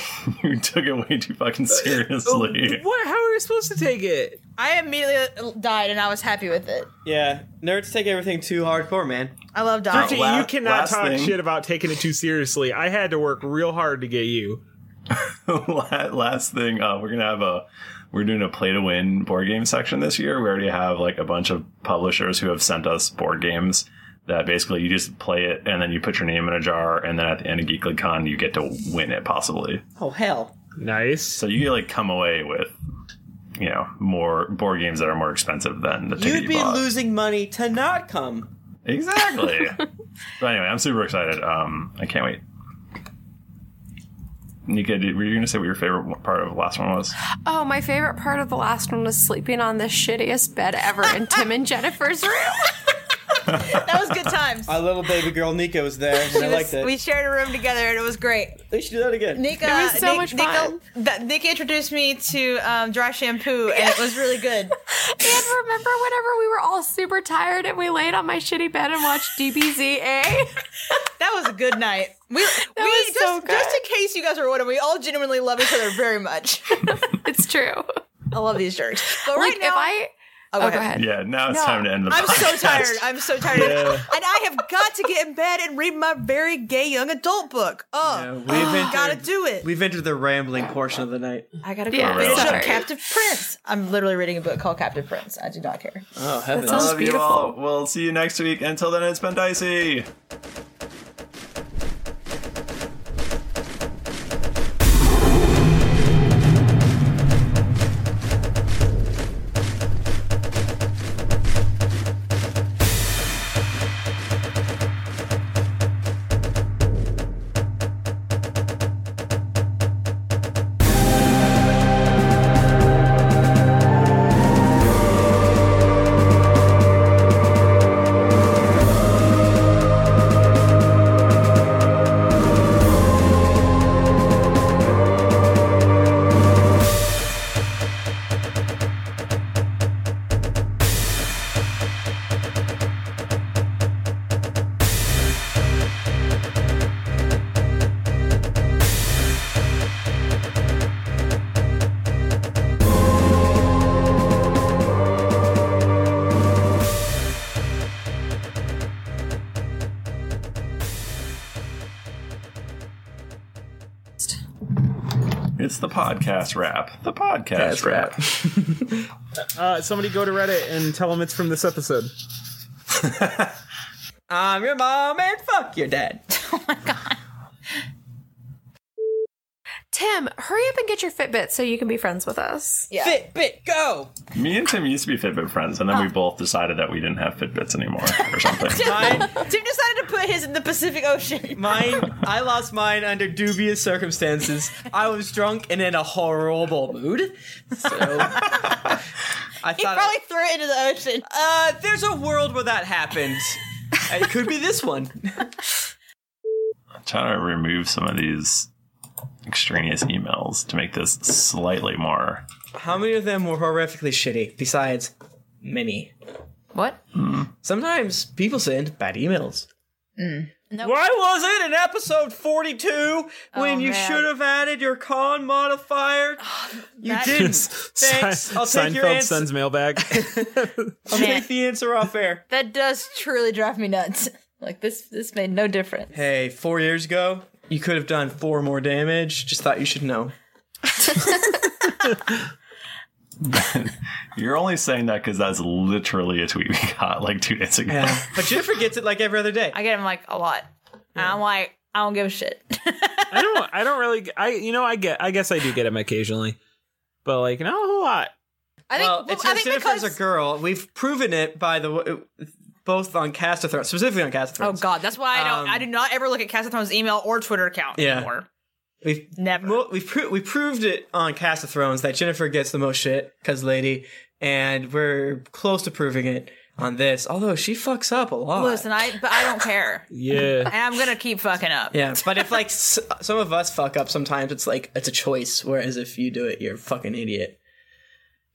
Speaker 1: you took it way too fucking seriously.
Speaker 5: What? How are you supposed to take it?
Speaker 3: I immediately uh, died, and I was happy with it.
Speaker 2: Yeah, nerds take everything too hardcore, man.
Speaker 3: I love dying.
Speaker 5: Thrifty, you cannot talk shit about taking it too seriously. I had to work real hard to get you.
Speaker 1: La- Last thing, uh, we're gonna have a we're doing a play to win board game section this year. We already have like a bunch of publishers who have sent us board games that basically you just play it and then you put your name in a jar and then at the end of GeeklyCon you get to win it possibly.
Speaker 2: Oh hell.
Speaker 5: Nice.
Speaker 1: So you like come away with you know more board games that are more expensive than the ticket
Speaker 2: You'd
Speaker 1: you
Speaker 2: be
Speaker 1: bought.
Speaker 2: losing money to not come.
Speaker 1: exactly. but anyway, I'm super excited. Um, I can't wait. Nika, did, were you gonna say what your favorite part of the last one was?
Speaker 4: Oh, my favorite part of the last one was sleeping on the shittiest bed ever in Tim and Jennifer's room.
Speaker 3: that was good times.
Speaker 2: Our little baby girl Nika was there, and I liked it.
Speaker 3: We shared a room together, and it was great.
Speaker 2: They should do that again.
Speaker 3: Nika,
Speaker 2: It was so
Speaker 3: Nik-
Speaker 2: much
Speaker 3: Nika-
Speaker 2: fun.
Speaker 3: that- Nika introduced me to um, dry shampoo, and it was really good.
Speaker 4: and remember whenever we were all super tired and we laid on my shitty bed and watched DBZA?
Speaker 3: that was a good night. We, we
Speaker 4: was
Speaker 3: just, just in case you guys were wondering, we all genuinely love each other very much.
Speaker 4: it's true.
Speaker 3: I love these jerks. But
Speaker 4: Like,
Speaker 3: right now,
Speaker 4: if I
Speaker 3: Oh, go
Speaker 4: Oh, go
Speaker 3: ahead.
Speaker 4: ahead.
Speaker 1: Yeah, now it's
Speaker 3: No,
Speaker 1: time to end the
Speaker 3: I'm so
Speaker 1: podcast.
Speaker 3: tired. I'm so tired.
Speaker 1: Yeah.
Speaker 3: And I have got to get in bed and read my very gay young adult book. Oh,
Speaker 2: we've
Speaker 3: oh,
Speaker 2: entered-
Speaker 3: gotta do it.
Speaker 2: We've entered the rambling portion of the night.
Speaker 3: I gotta go
Speaker 2: Yeah,
Speaker 3: finish
Speaker 2: sorry.
Speaker 3: up Captive Prince. I'm literally reading a book called Captive Prince. I do not care.
Speaker 2: Oh,
Speaker 1: I love you all. We'll see you next week. Until then, it's been dicey. It's the podcast wrap. The podcast wrap.
Speaker 5: Uh, somebody go to Reddit and tell them it's from this episode.
Speaker 2: I'm your mom and fuck your dad.
Speaker 4: Tim, hurry up and get your Fitbit so you can be friends with us.
Speaker 3: Yeah.
Speaker 2: Fitbit, go!
Speaker 1: Me and Tim used to be Fitbit friends, and then we both decided that we didn't have Fitbits anymore or something.
Speaker 3: Tim decided to put his in the Pacific Ocean.
Speaker 2: Mine, I lost mine under dubious circumstances. I was drunk and in a horrible mood. So I
Speaker 3: He
Speaker 2: thought
Speaker 3: probably threw it into the ocean.
Speaker 2: uh, there's a world where that happened. It could be this one.
Speaker 1: I'm trying to remove some of these extraneous emails to make this slightly more.
Speaker 2: How many of them were horrifically shitty? Besides, many.
Speaker 4: What?
Speaker 2: Sometimes people send bad emails.
Speaker 3: Mm.
Speaker 2: Why was it in episode 42 when
Speaker 3: Oh,
Speaker 2: you
Speaker 3: man. Oh,
Speaker 2: should have added your con modifier? you
Speaker 3: that-
Speaker 2: didn't. Thanks. I'll take
Speaker 5: Seinfeld
Speaker 2: your answer.
Speaker 5: sends mailbag.
Speaker 2: I'll take the answer off air.
Speaker 3: Oh, That does truly drive me nuts. Like this, this made no difference.
Speaker 2: Hey, four years ago, you could have done four more damage. Just thought you should know.
Speaker 1: You're only saying that because that's literally a tweet we got like two days ago.
Speaker 2: But Jennifer gets it like every other day.
Speaker 3: I get him like a lot. And I'm like, I don't give a shit.
Speaker 5: I don't. I don't really. I you know. I get. I guess I do get them occasionally, but like not a whole lot.
Speaker 3: I think.
Speaker 2: well, it's because
Speaker 3: I think
Speaker 2: Jennifer's
Speaker 3: because.
Speaker 2: a girl. We've proven it by the w- both on Cast of Thrones, specifically on Cast of
Speaker 3: Oh
Speaker 2: Thrones.
Speaker 3: God, that's why I don't.
Speaker 2: Um,
Speaker 3: I do not ever look at Casathron's email or Twitter account
Speaker 2: Yeah.
Speaker 3: anymore.
Speaker 2: We've
Speaker 3: never.
Speaker 2: we pro- we proved it on Cast of Thrones that Jennifer gets the most shit because lady, and we're close to proving it on this. Although she fucks up a lot.
Speaker 3: Listen, I but I don't care.
Speaker 2: Yeah.
Speaker 3: and I'm gonna keep fucking up.
Speaker 2: Yeah, but if like s- some of us fuck up, sometimes it's like it's a choice. Whereas if you do it, you're a fucking idiot.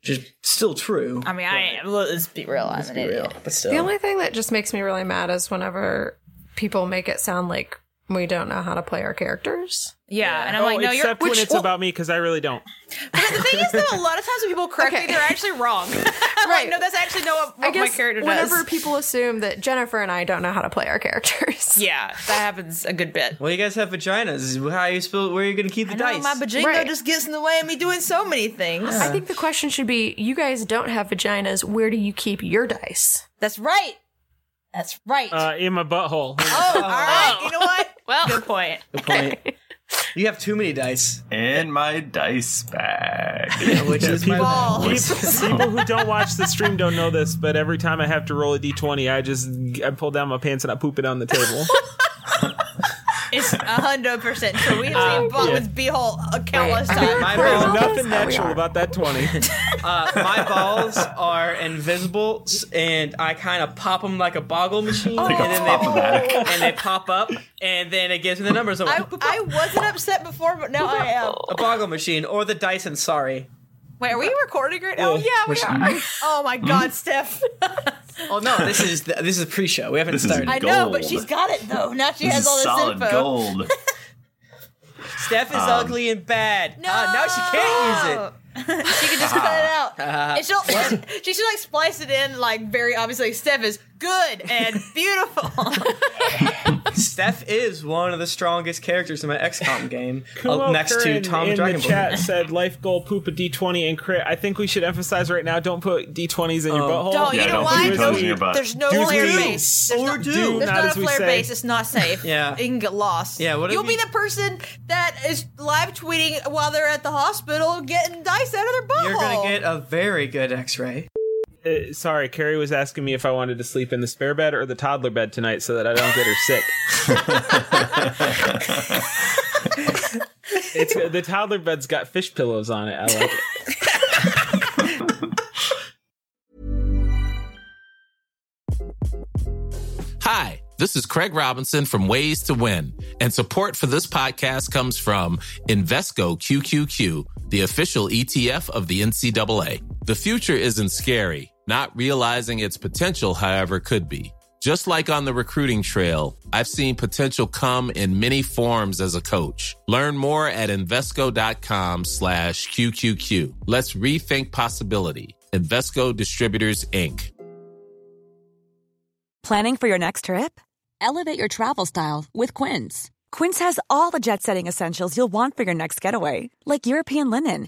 Speaker 2: which is still true.
Speaker 3: I mean, I am. Let's be real. I'm
Speaker 2: Let's
Speaker 3: an
Speaker 2: be
Speaker 3: idiot.
Speaker 2: real, but still.
Speaker 4: The only thing that just makes me really mad is whenever people make it sound like we don't know how to play our characters.
Speaker 3: Yeah, and I'm
Speaker 5: oh,
Speaker 3: like, no, you're.
Speaker 5: except when it's about me because I really don't.
Speaker 3: the thing is, though, a lot of times when people correct me, they're actually wrong. right? no, that's actually not what, what
Speaker 4: I guess
Speaker 3: my character does.
Speaker 4: whenever people assume that Jennifer and I don't know how to play our characters.
Speaker 3: Yeah, that happens a good bit.
Speaker 2: Well, you guys have vaginas. How you spill? Where are you going to keep the
Speaker 3: I know,
Speaker 2: dice?
Speaker 3: my bajingo just gets in the way of me doing so many things.
Speaker 4: I think the question should be you guys don't have vaginas. Where do you keep your dice?
Speaker 3: That's right. That's right.
Speaker 5: Uh, in my butthole.
Speaker 3: all right. You know what? well, good point.
Speaker 2: Good point. You have too many dice.
Speaker 1: In my dice bag.
Speaker 2: which is
Speaker 5: People,
Speaker 1: Balls.
Speaker 5: people- people who don't watch the stream don't know this, but every time I have to roll a d20, I just I pull down my pants and I poop it on the table.
Speaker 3: It's a hundred percent true. We have seen butt
Speaker 5: yeah.
Speaker 3: with beehole a countless
Speaker 2: I mean,
Speaker 3: times.
Speaker 2: my
Speaker 5: There's
Speaker 2: balls-
Speaker 5: nothing natural about that 20.
Speaker 2: Uh, my balls are invisible, s- and I kind of pop them like a boggle machine,
Speaker 3: Like a
Speaker 2: and then they
Speaker 3: pop-o-matic.
Speaker 2: and they pop up, and then it gives me the numbers. I'm
Speaker 3: I,
Speaker 2: like,
Speaker 3: I wasn't upset before, but now I am.
Speaker 2: a boggle machine or the Dyson. Sorry.
Speaker 3: Wait, are we recording right now?
Speaker 2: Oh,
Speaker 3: yeah, we
Speaker 2: which-
Speaker 3: are. Oh my god, Steph.
Speaker 2: Oh no, this is the, this is pre-show. We haven't
Speaker 1: This is
Speaker 2: started.
Speaker 3: I know, but she's got it though. Now she
Speaker 2: This
Speaker 3: has
Speaker 2: is
Speaker 3: all this
Speaker 2: solid
Speaker 3: info.
Speaker 1: Gold.
Speaker 2: Steph is
Speaker 1: Um,
Speaker 2: ugly and bad. No, now she can't use it.
Speaker 3: She can just cut it out.
Speaker 2: Uh,
Speaker 3: And she'll, she should like splice it in like very obviously. Like, Steph is good and beautiful.
Speaker 2: Steph is one of the strongest characters in my XCOM game, uh,
Speaker 5: Kumo
Speaker 2: next to
Speaker 5: Curran
Speaker 2: Tom
Speaker 5: in
Speaker 2: Dragonborn.
Speaker 5: the chat said life goal poop a d20 and crit. I think we should emphasize right now: don't put d20s
Speaker 2: Oh.
Speaker 5: in your butthole.
Speaker 3: Don't, you know why? There's no
Speaker 5: Do
Speaker 3: flare
Speaker 5: do.
Speaker 3: base. There's
Speaker 5: Or
Speaker 3: no,
Speaker 5: do.
Speaker 3: There's
Speaker 5: Not
Speaker 3: not,
Speaker 5: as
Speaker 3: a
Speaker 5: we
Speaker 3: flare
Speaker 5: say.
Speaker 3: base. It's not safe.
Speaker 2: Yeah.
Speaker 3: You can get lost.
Speaker 2: Yeah, what if
Speaker 3: You'll be
Speaker 2: you-
Speaker 3: the person that is live tweeting while they're at the hospital getting dice out of their butthole.
Speaker 2: You're gonna get a very good X-ray.
Speaker 5: Uh, sorry, Carrie was asking me if I wanted to sleep in the spare bed or the toddler bed tonight so that I don't get her sick. it's uh, the toddler bed's got fish pillows on it. I like it.
Speaker 14: Hi, this is Craig Robinson from Ways to Win, and support for this podcast comes from Invesco QQQ, the official ETF of the NCAA. The future isn't scary, not realizing its potential, however, could be. Just like on the recruiting trail, I've seen potential come in many forms as a coach. Learn more at Invesco.com slash QQQ. Let's rethink possibility. Invesco Distributors, Inc.
Speaker 15: Planning for your next trip? Elevate your travel style with Quince. Quince has all the jet setting essentials you'll want for your next getaway, like European linen,